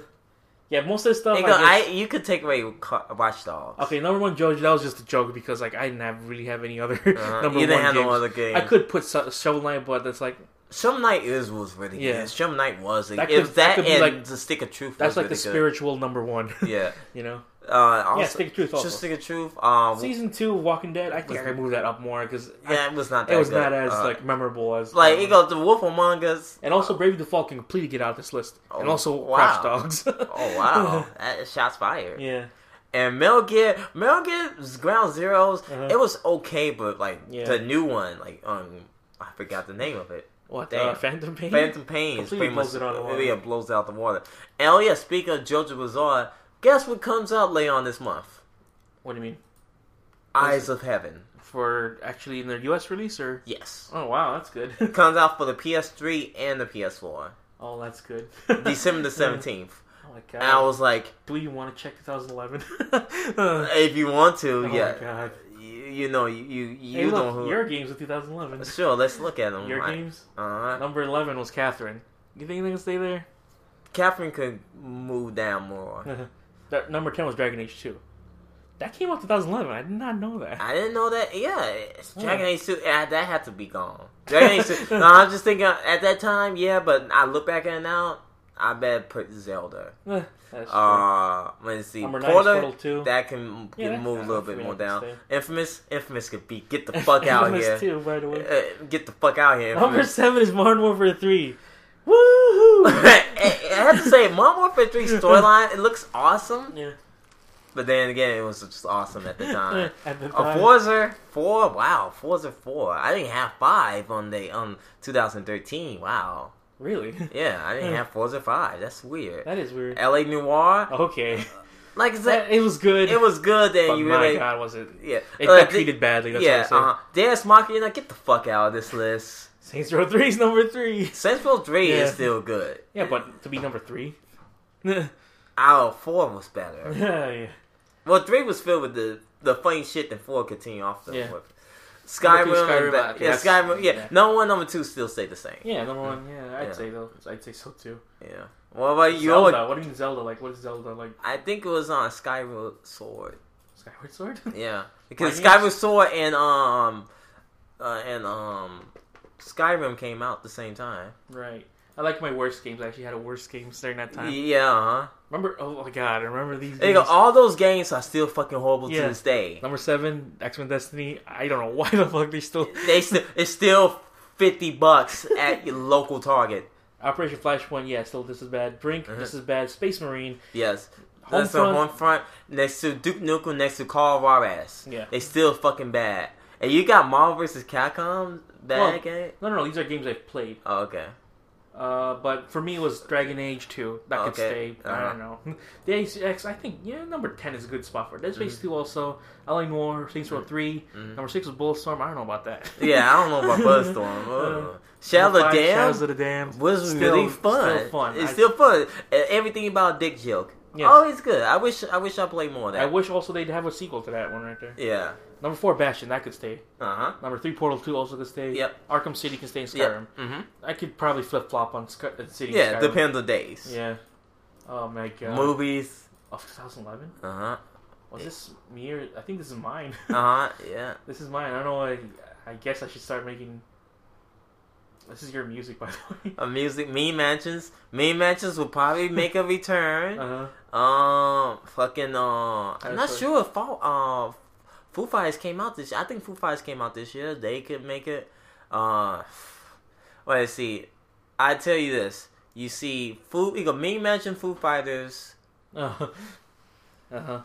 yeah, most of this stuff.
Hey,
I
go,
guess-
I, you could take away Ca- Watch Dogs.
Oh Okay, number one Jojo. That was just a joke because like I didn't have really have any other
Uh,
number
you
one
didn't have
games.
no other game.
I could put so- Shovel Knight, but that's like
Some Night is was really
Yeah.
good. Some Night was like,
That could-
if
that
that,
could be
and
like-
the Stick of Truth.
that's
was
like
really
the spiritual number one.
Good. Yeah.
you know,
Uh, also,
yeah. Stick of Truth. Also,
Just Stick of Truth. Um,
season two of Walking Dead. I think
Was-
I could move that up more because
yeah, it was not. That
it was
good.
not as
Uh,
like um, memorable as uh,
like it goes the Wolf Among Us.
And also, Brave and Default can completely get out of this list, and
Oh,
also
wow.
Watch Dogs.
Oh wow, that shots fired.
yeah,
And Metal Gear, Metal Gear's Ground Zeroes,
Uh-huh.
it was okay, but like
Yeah.
the new one, like um, I forgot the name of it.
what
Damn.
uh, Phantom Pain?
Phantom Pain is
Completely
pretty much
blows it out of the water.
yeah blows out the water. And oh yeah, speaking of JoJo Bizarre, guess what comes out later on this month?
What do you mean
Eyes of Heaven.
for actually in their U.S. release or?
Yes,
Oh wow, that's good.
comes out for the PS3 and the PS4,
oh, that's good.
December the seventeenth.
Oh my
And I
god.
was like,
Do you want to check 2011? oh
if you want to,
my
yeah,
god.
you, you know, you you, you
Hey,
know
look,
who.
your games of 2011.
Sure, let's look at them.
Your
Like,
games.
Uh,
Number 11 was Catherine. You think they can stay there?
Catherine could move down more.
that, number 10 was Dragon Age 2. That came out 2011. I did not know that.
I didn't know that. Yeah, it's Dragon
Yeah.
Age Two. Yeah, that had to be gone. Dragon Age Two. No, I'm just thinking at that time. Yeah, but I look back at it now. I bet put Zelda.
Eh, That's true.
Uh, let's see.
Number 9 is
Portal.
Portal 2.
That can
Yeah, that-
move a little
I
bit
forgot
more
to
down.
say.
Infamous, infamous could be get the fuck out
Infamous
here.
2, by the way.
Uh, get the fuck out here.
number
Infamous.
7 is Modern Warfare 3. Woohoo!
I have to say, Modern Warfare 3 storyline, it looks awesome,
yeah.
but then again, it was just awesome at the time.
At the
A
time.
Forza four, wow, Forza four. I didn't have five on the um 2013. Wow,
Really?
yeah, I didn't
Hmm.
have Forza five. That's weird.
That is weird.
L.A. Noir,
Okay.
like I said,
it was good.
it was good that
but
you
my
really,
god, was it?
yeah,
It
Uh,
got
the-
treated badly. That's
yeah,
what I'm saying.
uh-huh. Deus Machina, get the fuck out of this list.
Saints Row Three is number three.
Saints Row Three
Yeah.
is still good.
Yeah, but to be number three.
Our four was better.
yeah.
well, three was filled with the the funny shit that four continued off the
Yeah.
with.
Number
Skyrim,
two,
Skyrim
Skyrim,
yeah,
I guess.
Skyrim, yeah.
Yeah.
Number one, number two still stay the same.
Yeah, number one. Yeah, I'd
Yeah.
say though. I'd say so too.
Yeah. What about you?
Zelda. What do you mean Zelda? Like, what is Zelda like?
I think it was on Skyward Sword.
Skyward Sword?
Yeah, because
Why
Skyward
not?
Sword and um uh, and um Skyrim came out the same time.
right. I like my worst games. I actually had a worst games during that time.
Yeah, uh-huh.
Remember? Oh my god, I remember these.
There you go.
games.
All those games are still fucking horrible
Yeah.
to this day.
Number seven, X Men Destiny. I don't know why the fuck they still.
They still it's still fifty bucks at your local Target.
Operation Flashpoint. Yeah, still this is bad. Brink. This is bad. Space Marine.
Yes. Uh-huh. That's the
Homefront.
home front next to Duke Nukem, next to Carl Rorass.
Yeah.
They still fucking bad. And you got Marvel vs. Capcom bad
Well-
game?
No, no, no. These are games I've played.
Oh, okay.
Uh, but for me, it was Dragon Age 2. That could
Okay. uh-huh.
stay. I don't know. The ACX, I think, yeah, number 10 is a good spot for it. Dead
Mm-hmm.
Space 2 also. LA Noir, Saints Row 3. Number 6 was Bulletstorm. I don't know about that.
Yeah, I don't know about Buzzstorm.
Uh,
Ugh. Shadow
Five,
Dam?
Shadows of the Damned.
was
Still-
really fun.
Still fun.
It's
I,
still fun. And everything about Dick joke.
Yes.
Always good. I wish I wish I played more of that.
I wish also they'd have a sequel to that one right there.
yeah.
Number 4, Bastion. That could stay.
Uh huh.
Number 3, Portal 2 also could stay.
Yep.
Arkham City can stay in Skyrim.
Yeah. Mm-hmm.
I could probably flip flop on Sky- uh, City. and
Yeah.
Skyrim.
Depends on days.
Yeah. Oh my god. Oh,
Movies.
Of 2011?
Uh huh.
Was this me or. I think this is mine.
Uh huh. Yeah.
This is mine. I don't know. I, I guess I should start making. This is your music, by the way.
Uh, music. Meme mansions. Meme mansions will probably make a return.
Uh-huh.
Um. Fucking. Uh. I'm not
That's
sure if fall. Uh. Foo Fighters came out this. I think Foo Fighters came out this year. They could make it. Uh. Well, let's see. I tell you this. You see, Foo. You go. Me mention Foo Fighters.
Uh-huh. Uh-huh.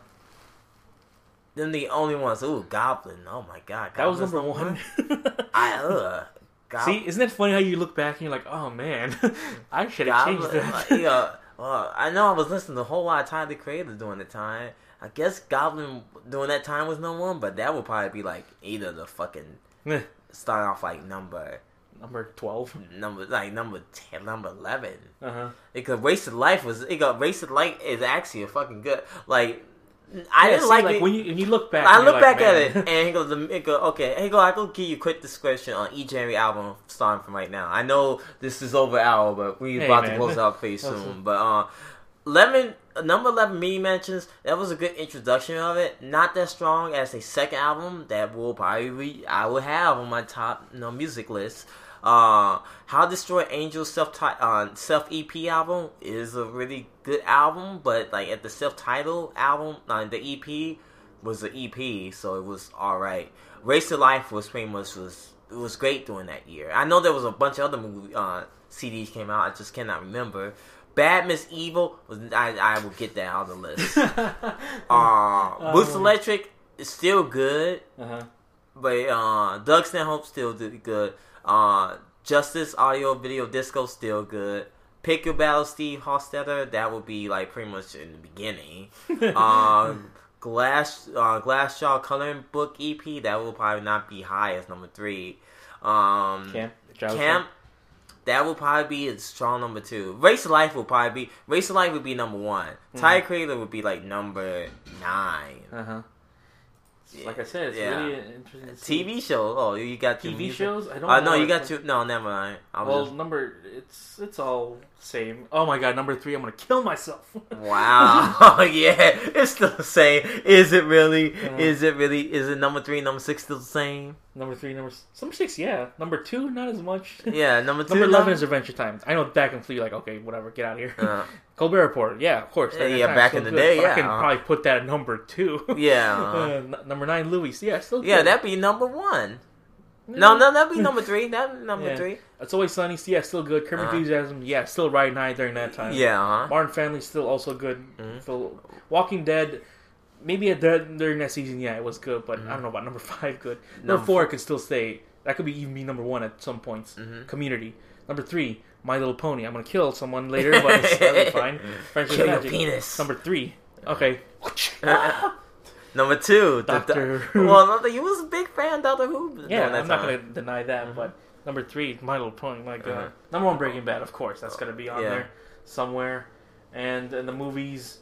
Them the only ones. Ooh, Goblin. Oh my God.
That was
Goblin's
number one.
I uh. Gob-
See, isn't it funny how you look back and you're like, oh man, I should have changed
Goblin.
that.
like, yeah. Well, I know I was listening to a whole lot of Tyler the Creator during the time. I guess Goblin during that time was number one, but that would probably be like either the fucking
Meh.
start off like number
Number 12.
number like number ten, number eleven.
Uh-huh.
Because wasted life was it got wasted life is actually a fucking good like. I
Yeah,
didn't
see,
like, it.
when you when you look back.
I
and you're
look
like,
back at
"Man."
it and he goes, the- it go, okay, hey, go, I go give you a quick description on each and every album starting from right now. I know this is over hour, but we
Hey,
about to
man.
close out pretty
Awesome.
soon. But uh, Lemon number eleven me mentions that was a good introduction of it. Not that strong as a second album that will probably be, I will have on my top you know, music list. Uh, How Destroy Angels self uh, self EP album is a really good album, but like at the self title album, uh, the EP was an EP, so it was all right. Race to Life was pretty much was it was great during that year. I know there was a bunch of other movie uh, CDs came out. I just cannot remember. Bad Miss Evil was I I will get that on the list. uh, Boots Electric is still good,
uh-huh.
but uh, Doug Stanhope still did good. Uh, Justice Audio Video Disco still good. Pick Your Battle Steve Hostetter that would be like pretty much in the beginning. um, Glass uh, Glassjaw Coloring Book EP that will probably not be high as number three. Um,
Camp. Java
Camp, that will probably be a strong number two. Race of Life will probably be Race of Life would be number one.
Hmm.
Ty Creator would be like number nine.
Uh-huh. Like I said, it's
Yeah.
really interesting. to see.
TV show. Oh, you got your
TV
music.
shows? I don't
Uh,
know
no, you
what-
got two. No, never mind. I was
Well, number it's it's all same. Oh my god, number three, I'm gonna kill myself.
just, wow. yeah, it's still the same. Is it really? Is it really? Is it number three, number six still the same?
number three, number s- number six, yeah. Number two, not as much.
Yeah, number two.
Number eleven is Adventure Time. I know that can flee like okay, whatever, get out of here.
Uh.
Colbert Report, yeah, of course.
Yeah,
Adventure
yeah,
Time's
back
still
in the
good,
day,
but I
yeah,
can
uh-huh.
probably put that at number two.
Yeah,
Uh,
uh-huh.
n- number nine, Louis. Yeah, still.
yeah,
good.
that'd be number one. No, no, that'd be number three. That number
Mm-hmm. Yeah.
three.
It's always sunny. Yeah, still good. Kermit
Uh-huh.
Enthusiasm. Yeah, still riding high during that time.
Yeah. Uh-huh.
Martin Family still also good.
Mm-hmm.
Still- Walking Dead. Maybe at that during that season, yeah, it was good, but I don't know about number five. Good number,
Mm-hmm. Number
four, could still stay. That could be even be number one at some points.
Mm-hmm.
Community number three, My Little Pony. I'm gonna kill someone later, but it's that'll be fine. French
Kill your
Magic.
penis. Uh,
Number three, Okay.
Number two, the
Doctor
Do-
Who.
well, no, you was a big fan of Doctor Who.
Yeah,
during that
I'm not
time.
going to deny that. But number three, My Little Pony. My God,
Mm-hmm. Uh-huh.
number one, Breaking Bad. Of course, that's going to be on
Yeah.
there somewhere. And in the movies,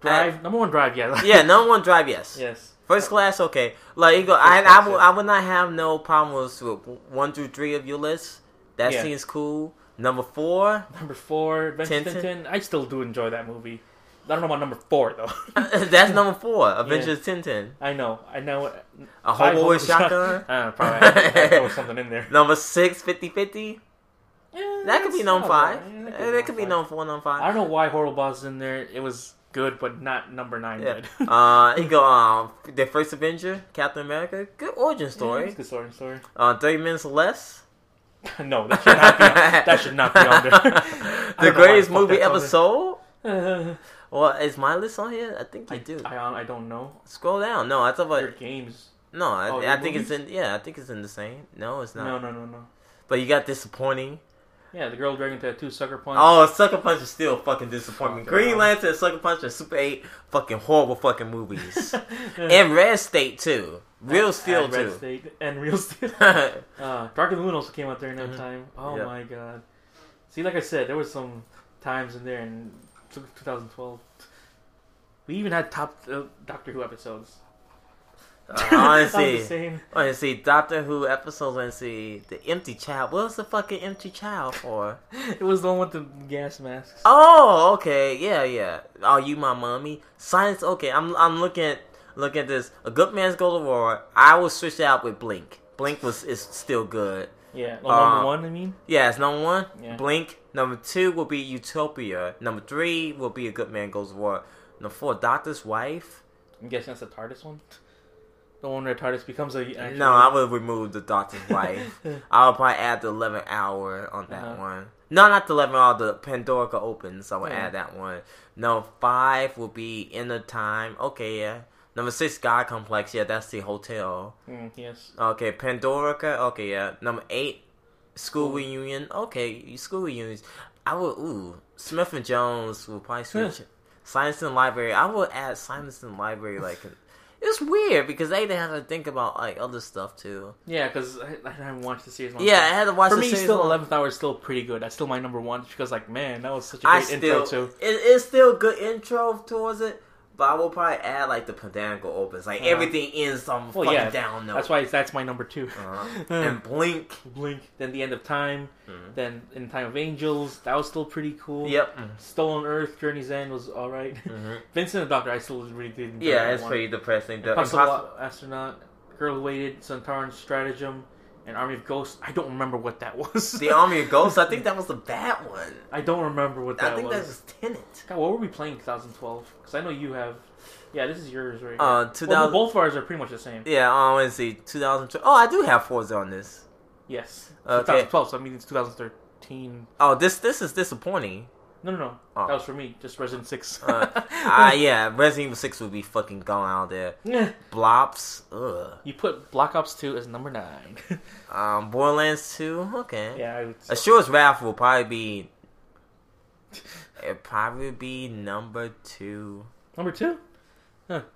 Drive. number one, Drive. Yeah.
Yeah, number one drive. Yes.
yes.
First class, okay. Like you go, I, I, would, I would not have no problems with one through three of your list. That
Yeah.
seems cool. Number four,
Number four, Adventure
Tintin.
Tintin. I still do enjoy that movie. I don't know about number four though.
Uh, that's number four. Avengers Tintin,
I know. I know.
a
Five
hobo
Hobo's
with shotgun.
I don't know, probably. I, I throw something in there.
Number six, 50-50.
Yeah,
That could be
that's-
number
I
five.
don't know. Yeah,
Eh, That could be number four, number
I
five.
don't know why Horrible Boss is in there. It was good, but not number nine.
Yeah.
Good.
Uh, you go. Um, the first Avenger, Captain America. Good origin
Yeah,
story.
it's a good story. Story.
Uh, thirty minutes or less.
no, that should not be. that should not be on there. I
the
don't know why
greatest
the fuck
movie
that's on
ever
there.
sold.
Uh,
Well, is my list on here? I think you
I
do.
do. I, hon- I don't know.
Scroll down. No, I thought about
Your games.
No, I,
Oh,
I
the
think it's
movies?
in. Yeah, I think it's in the same. No, it's not.
No, no, no, no.
But you got disappointing.
Yeah, the girl dragon tattoo, sucker punch.
Oh, Sucker Punch is still fucking disappointment.
Fucking
Green
hell.
Lantern, Sucker Punch, and Super Eight, fucking horrible fucking movies. and Red State too. Real Steel
and Red
too.
State and Real Steel. Uh, Dark of the Moon also came out during that time. Oh
Mm-hmm. Yeah.
my god! See, like I said, there was some times in there in t- 2012. We even had top uh, Doctor Who episodes.
honestly.
Sounds the same.
honestly, Oh, Doctor Who episodes and see the Empty Child. What was the fucking Empty Child for?
It was the one with the gas masks.
Oh, okay, yeah, yeah. Are you my mommy? Science. Okay, I'm I'm looking at looking at this. A good man's go to war. I will switch it out with Blink. Blink was is still good.
Yeah, well, number
Uh,
one. I mean,
Yeah, it's number one.
Yeah.
Blink. Number two will be Utopia. Number three will be A Good Man Goes to War. Number four, Doctor's Wife.
I'm guessing that's the TARDIS one. The one where TARDIS becomes a. actual-
No, I would remove the Doctor's Wife. I'll probably add the 11 Hour on that
Uh-huh.
one. No, not the 11 Hour. The Pandora opens. I would
Yeah.
add that one. Number five will be Inner Time. Okay, yeah. Number six, God Complex. Yeah, that's the hotel.
Mm, yes.
Okay, Pandora. Okay, yeah. Number eight, School
School.
Reunion. Okay, School Reunions. I would. Ooh, Smith and Jones will probably switch. Science and Library. I would add Science and Library. Like, it's weird because they didn't have to think about like other stuff too.
Yeah, because I, I haven't watched the series. in a long
Yeah, I
time.
had to watch
For
the
me,
series
still
long-
eleventh hour is still pretty good. That's still my number one because, like, man, that was such a
I
great
still.
intro to.
It, it's still good intro towards it. But I will probably add like the pandemical opens, like
Uh-huh.
everything ends on
Well,
fucking
yeah,
down note.
That's why it's, that's my number 2
Uh-huh. and blink.
Blink. Then the end of time. Then in time of angels, that was still pretty cool.
Yep.
Stolen Earth, Journey's End was all right.
Mhm.
Vincent the Doctor, I still really did. enjoy
Yeah,
that
it's
one.
pretty depressing. The
Impossible
Impossible-
astronaut, Girl Who Waited, Centauran Stratagem, and Army of Ghosts. I don't remember what that was.
The Army of Ghosts. I think that was the bad one.
I don't remember what that
I think
was.
that was Tenant.
God, what were we playing in 2012? Because I know you have. Yeah, this is yours right.
Uh,
here.
2000
Well, both of ours are pretty much the same.
Yeah, I want to see 2012. Oh, I do have Forza on this.
Yes.
Okay.
2012. So I mean, it's 2013.
Oh, this this is disappointing.
No, no, no.
Oh.
That was for me. Just Resident Six.
Uh, ah, yeah, Resident Evil 6 would be fucking gone out there.
yeah.
Blops, ugh.
You put Black Ops 2 as number 9.
Um, Borderlands 2, okay.
yeah, I would
A Assure's Wrath will probably be. It probably be number two.
Number 2?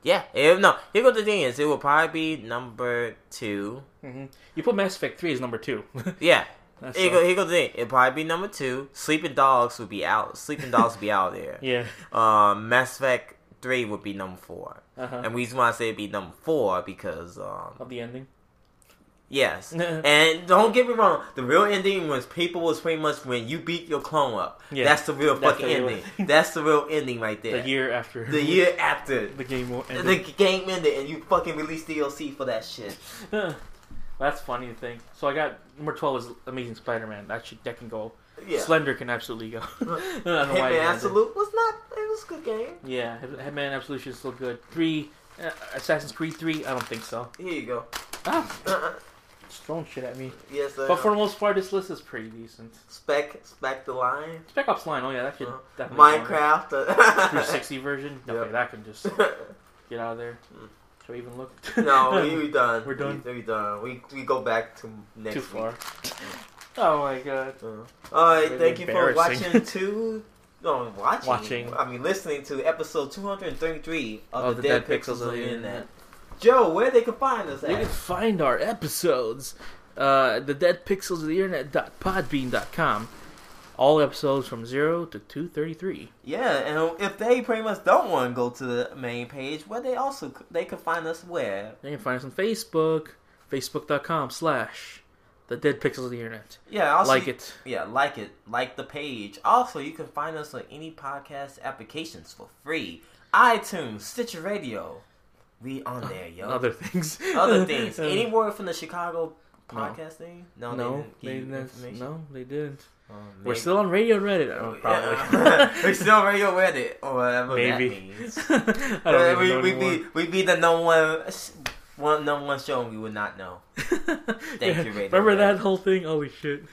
Yeah, it, no. Here goes the thing is, it will probably be number two.
hmm You put Mass Effect 3 as number 2.
Yeah,
That's uh,
Here
all.
go, here go the thing. It'd probably be number two. Sleeping Dogs would be out. Sleeping Dogs would be out there.
Yeah.
Um, Mass Effect 3 would be number four.
Uh-huh.
And reason why I say it'd be number four because, um,
of the ending.
yes. and don't get me wrong, the real ending was people was pretty much when you beat your clone up.
Yeah.
That's the real
That's
fucking
the real-
ending. That's the real ending right there.
The year after.
The year after.
The game will end.
The game ended and you fucking released DLC for that shit.
That's funny to think. So I got number 12 is Amazing Spider Man. That, should- that can go.
Yeah. Uh,
Slender can absolutely go. I don't know why I
Hitman
did that.
Absolute was not. It was a good game.
Yeah, Hit- Hitman Absolution is still good. 3. Uh, Assassin's Creed 3? I don't think so.
Here you go.
Ah,
Uh-uh.
just throwing shit at me.
Yes, sir.
But for the most part, this list is pretty decent.
Spec, Spec the Lion,
Spec Ops Line, oh yeah, that should
Uh,
definitely go on there.
Minecraft.
360 version. Okay,
Yeah.
that can just get out of there.
Mm.
Should we even look?
no, we, we done.
We're done.
We, we done. We we go back to next
too
week.
far. oh my god.
Uh, all right,
Really
thank you for
embarrassing.
watching. Two no, watching,
Watching.
I mean, listening to episode 233
Of
of the,
Oh, the
Dead,
Dead
Pixels, of the Internet.
Internet.
Joe, where they can find us
You can
at?
find our episodes, uh, the Dead Pixels of the Internet dot podbean dot com. All episodes from zero to two thirty three.
Yeah, and if they pretty much don't want to go to the main page, where they also c- they can find us where?
You can find us on Facebook, facebook.com slash the Dead Pixels of the Internet.
Yeah, also
like it.
Yeah, like it, like the page. Also, you can find us on any podcast applications for free: iTunes, Stitcher Radio. We on there, yo.
Uh, Other things.
Other things. Any
Uh,
word from the Chicago podcast thing? No,
no,
they
they
didn't give you
didn't,
information.
no, they didn't.
Oh,
We're
maybe.
still on Radio Reddit. Oh,
Yeah.
probably.
We're still Radio Reddit or whatever
Maybe.
that means.
I don't
Uh,
even
we
know
we
anymore.
be we be the number one one number one show and we would not know. Thank you, Radio
Remember
Reddit.
that whole thing? Holy shit.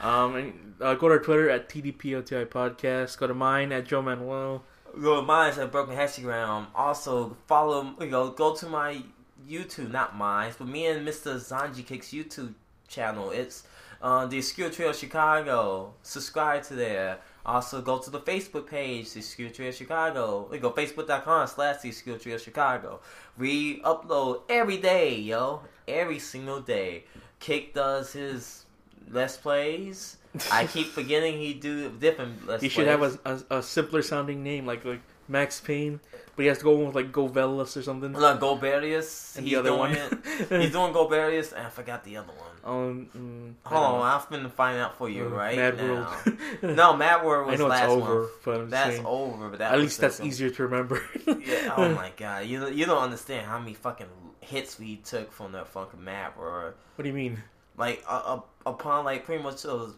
Um, and, uh, go to our Twitter at TDPOTI Podcast. Go to mine at Joe Manuel.
Go to mine's at Broken Hexagram. Also follow you know, go to my YouTube, not mine, but me and Mr. Zanji Kicks YouTube channel. It's uh, the Obscure Trail Chicago. Subscribe to there. Also go to the Facebook page, the Obscure Trail Chicago. We go facebook.com slash the Obscure Trail Chicago. We upload every day, yo. Every single day. Kick does his Let's Plays. I keep forgetting he do different Let's
He should
Plays.
have a, a, a simpler sounding name, like like Max Payne, but he has to go with like Govelis or something.
Like Golberius.
And
he's
the other
doing
one.
it. He's doing Golberius, and I forgot the other one.
um, mm, I
Hold
don't
on,
know.
I've been finding out for you
Mm,
right
Mad
now.
World.
no, Mad World
I
was
know it's
last
over,
month.
but I'm
That's
saying,
over, but that
at
was
least that's
the-
easier to remember.
Yeah, oh my god, you you don't understand how many fucking hits we took from that fucking Mad World.
What do you mean?
Like uh, uh, upon like pretty much those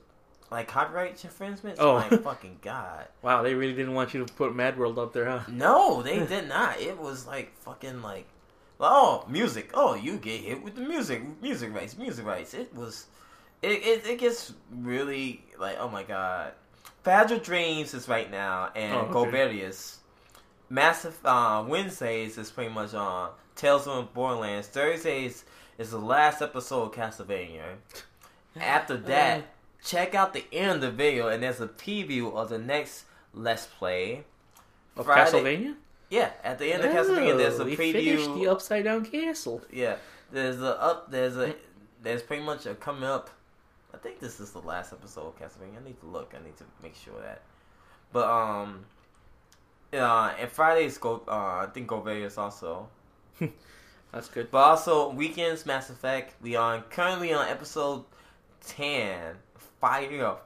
like copyright infringements.
Oh.
Oh my fucking god!
Wow, they really didn't want you to put Mad World up there, huh?
No, they did not. It was like fucking like, oh, music. Oh, you get hit with the music, music rights, music rights. It was, it it, it gets really like, oh my god. Fragile Dreams is right now, and
Oh, okay.
Golberius. Massive uh, Wednesdays is pretty much on Tales from Borderlands. Thursdays is the last episode of Castlevania. After that, check out the end of the video, and there's a preview of the next Let's Play.
Of
Friday-
Castlevania?
yeah, at the end of Castlevania, there's a
Oh, they finished the
preview.
upside down castle.
yeah, there's a up. There's
Mm.
a there's pretty much a coming up. I think this is the last episode of Castlevania. I need to look. I need to make sure of that. But um, uh, and Fridays go. Uh, I think Golberius also.
That's good.
But also weekends, Mass Effect. We are currently on episode ten, fire,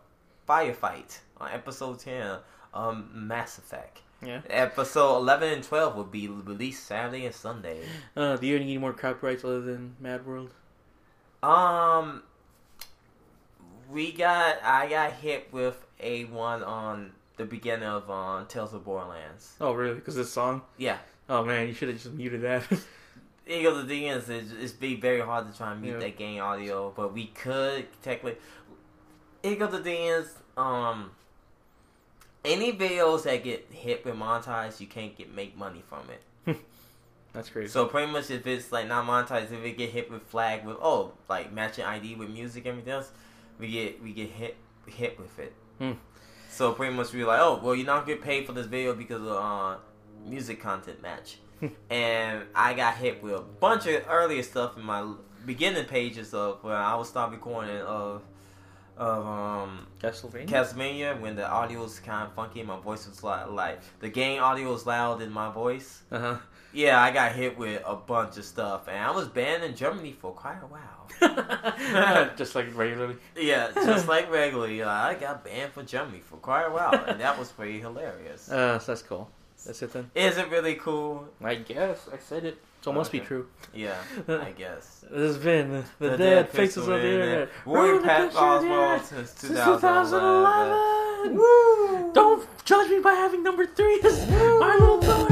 firefight on episode ten, um, Mass Effect.
Yeah.
Episode eleven and twelve will be released Saturday and Sunday.
Uh, do you have any more copyrights other than Mad World?
Um, we got I got hit with a one on the beginning of um, Tales of Borderlands.
Oh, really? Because this song?
Yeah,
Oh man, you should have just muted that.
you know, the thing is, it's, it's be very hard to try and mute
Yeah.
that game audio, but we could technically. You know, the thing is, um, any videos that get hit with monetized, you can't get make money from it.
That's crazy.
So pretty much, if it's like not monetized, if it get hit with flag with oh like matching ID with music and everything else, we get we get hit hit with it.
Hmm.
So pretty much, we're like oh well, you're not get paid for this video because of uh, music content match. and I got hit with a bunch of earlier stuff in my beginning pages of when I would start recording of of um
Castlevania.
Castlevania when the audio was kind of funky, and my voice was like, like the game audio was loud in my voice.
uh huh.
Yeah, I got hit with a bunch of stuff, and I was banned in Germany for quite a while.
Uh-huh. just like regularly.
Yeah, just like regularly, like, I got banned for Germany for quite a while, and that was pretty hilarious.
Uh, so that's cool. That's it then.
Is it really cool?
I guess I said it, so it must be
Okay.
true.
Yeah, I guess.
This has been the, Dead, Faces of the Internet.
We're
Ruin the
Pat
Pictures of the
Oswald
Internet
since
since
2011.
2011.
Woo!
Don't judge me by having number three. This is my little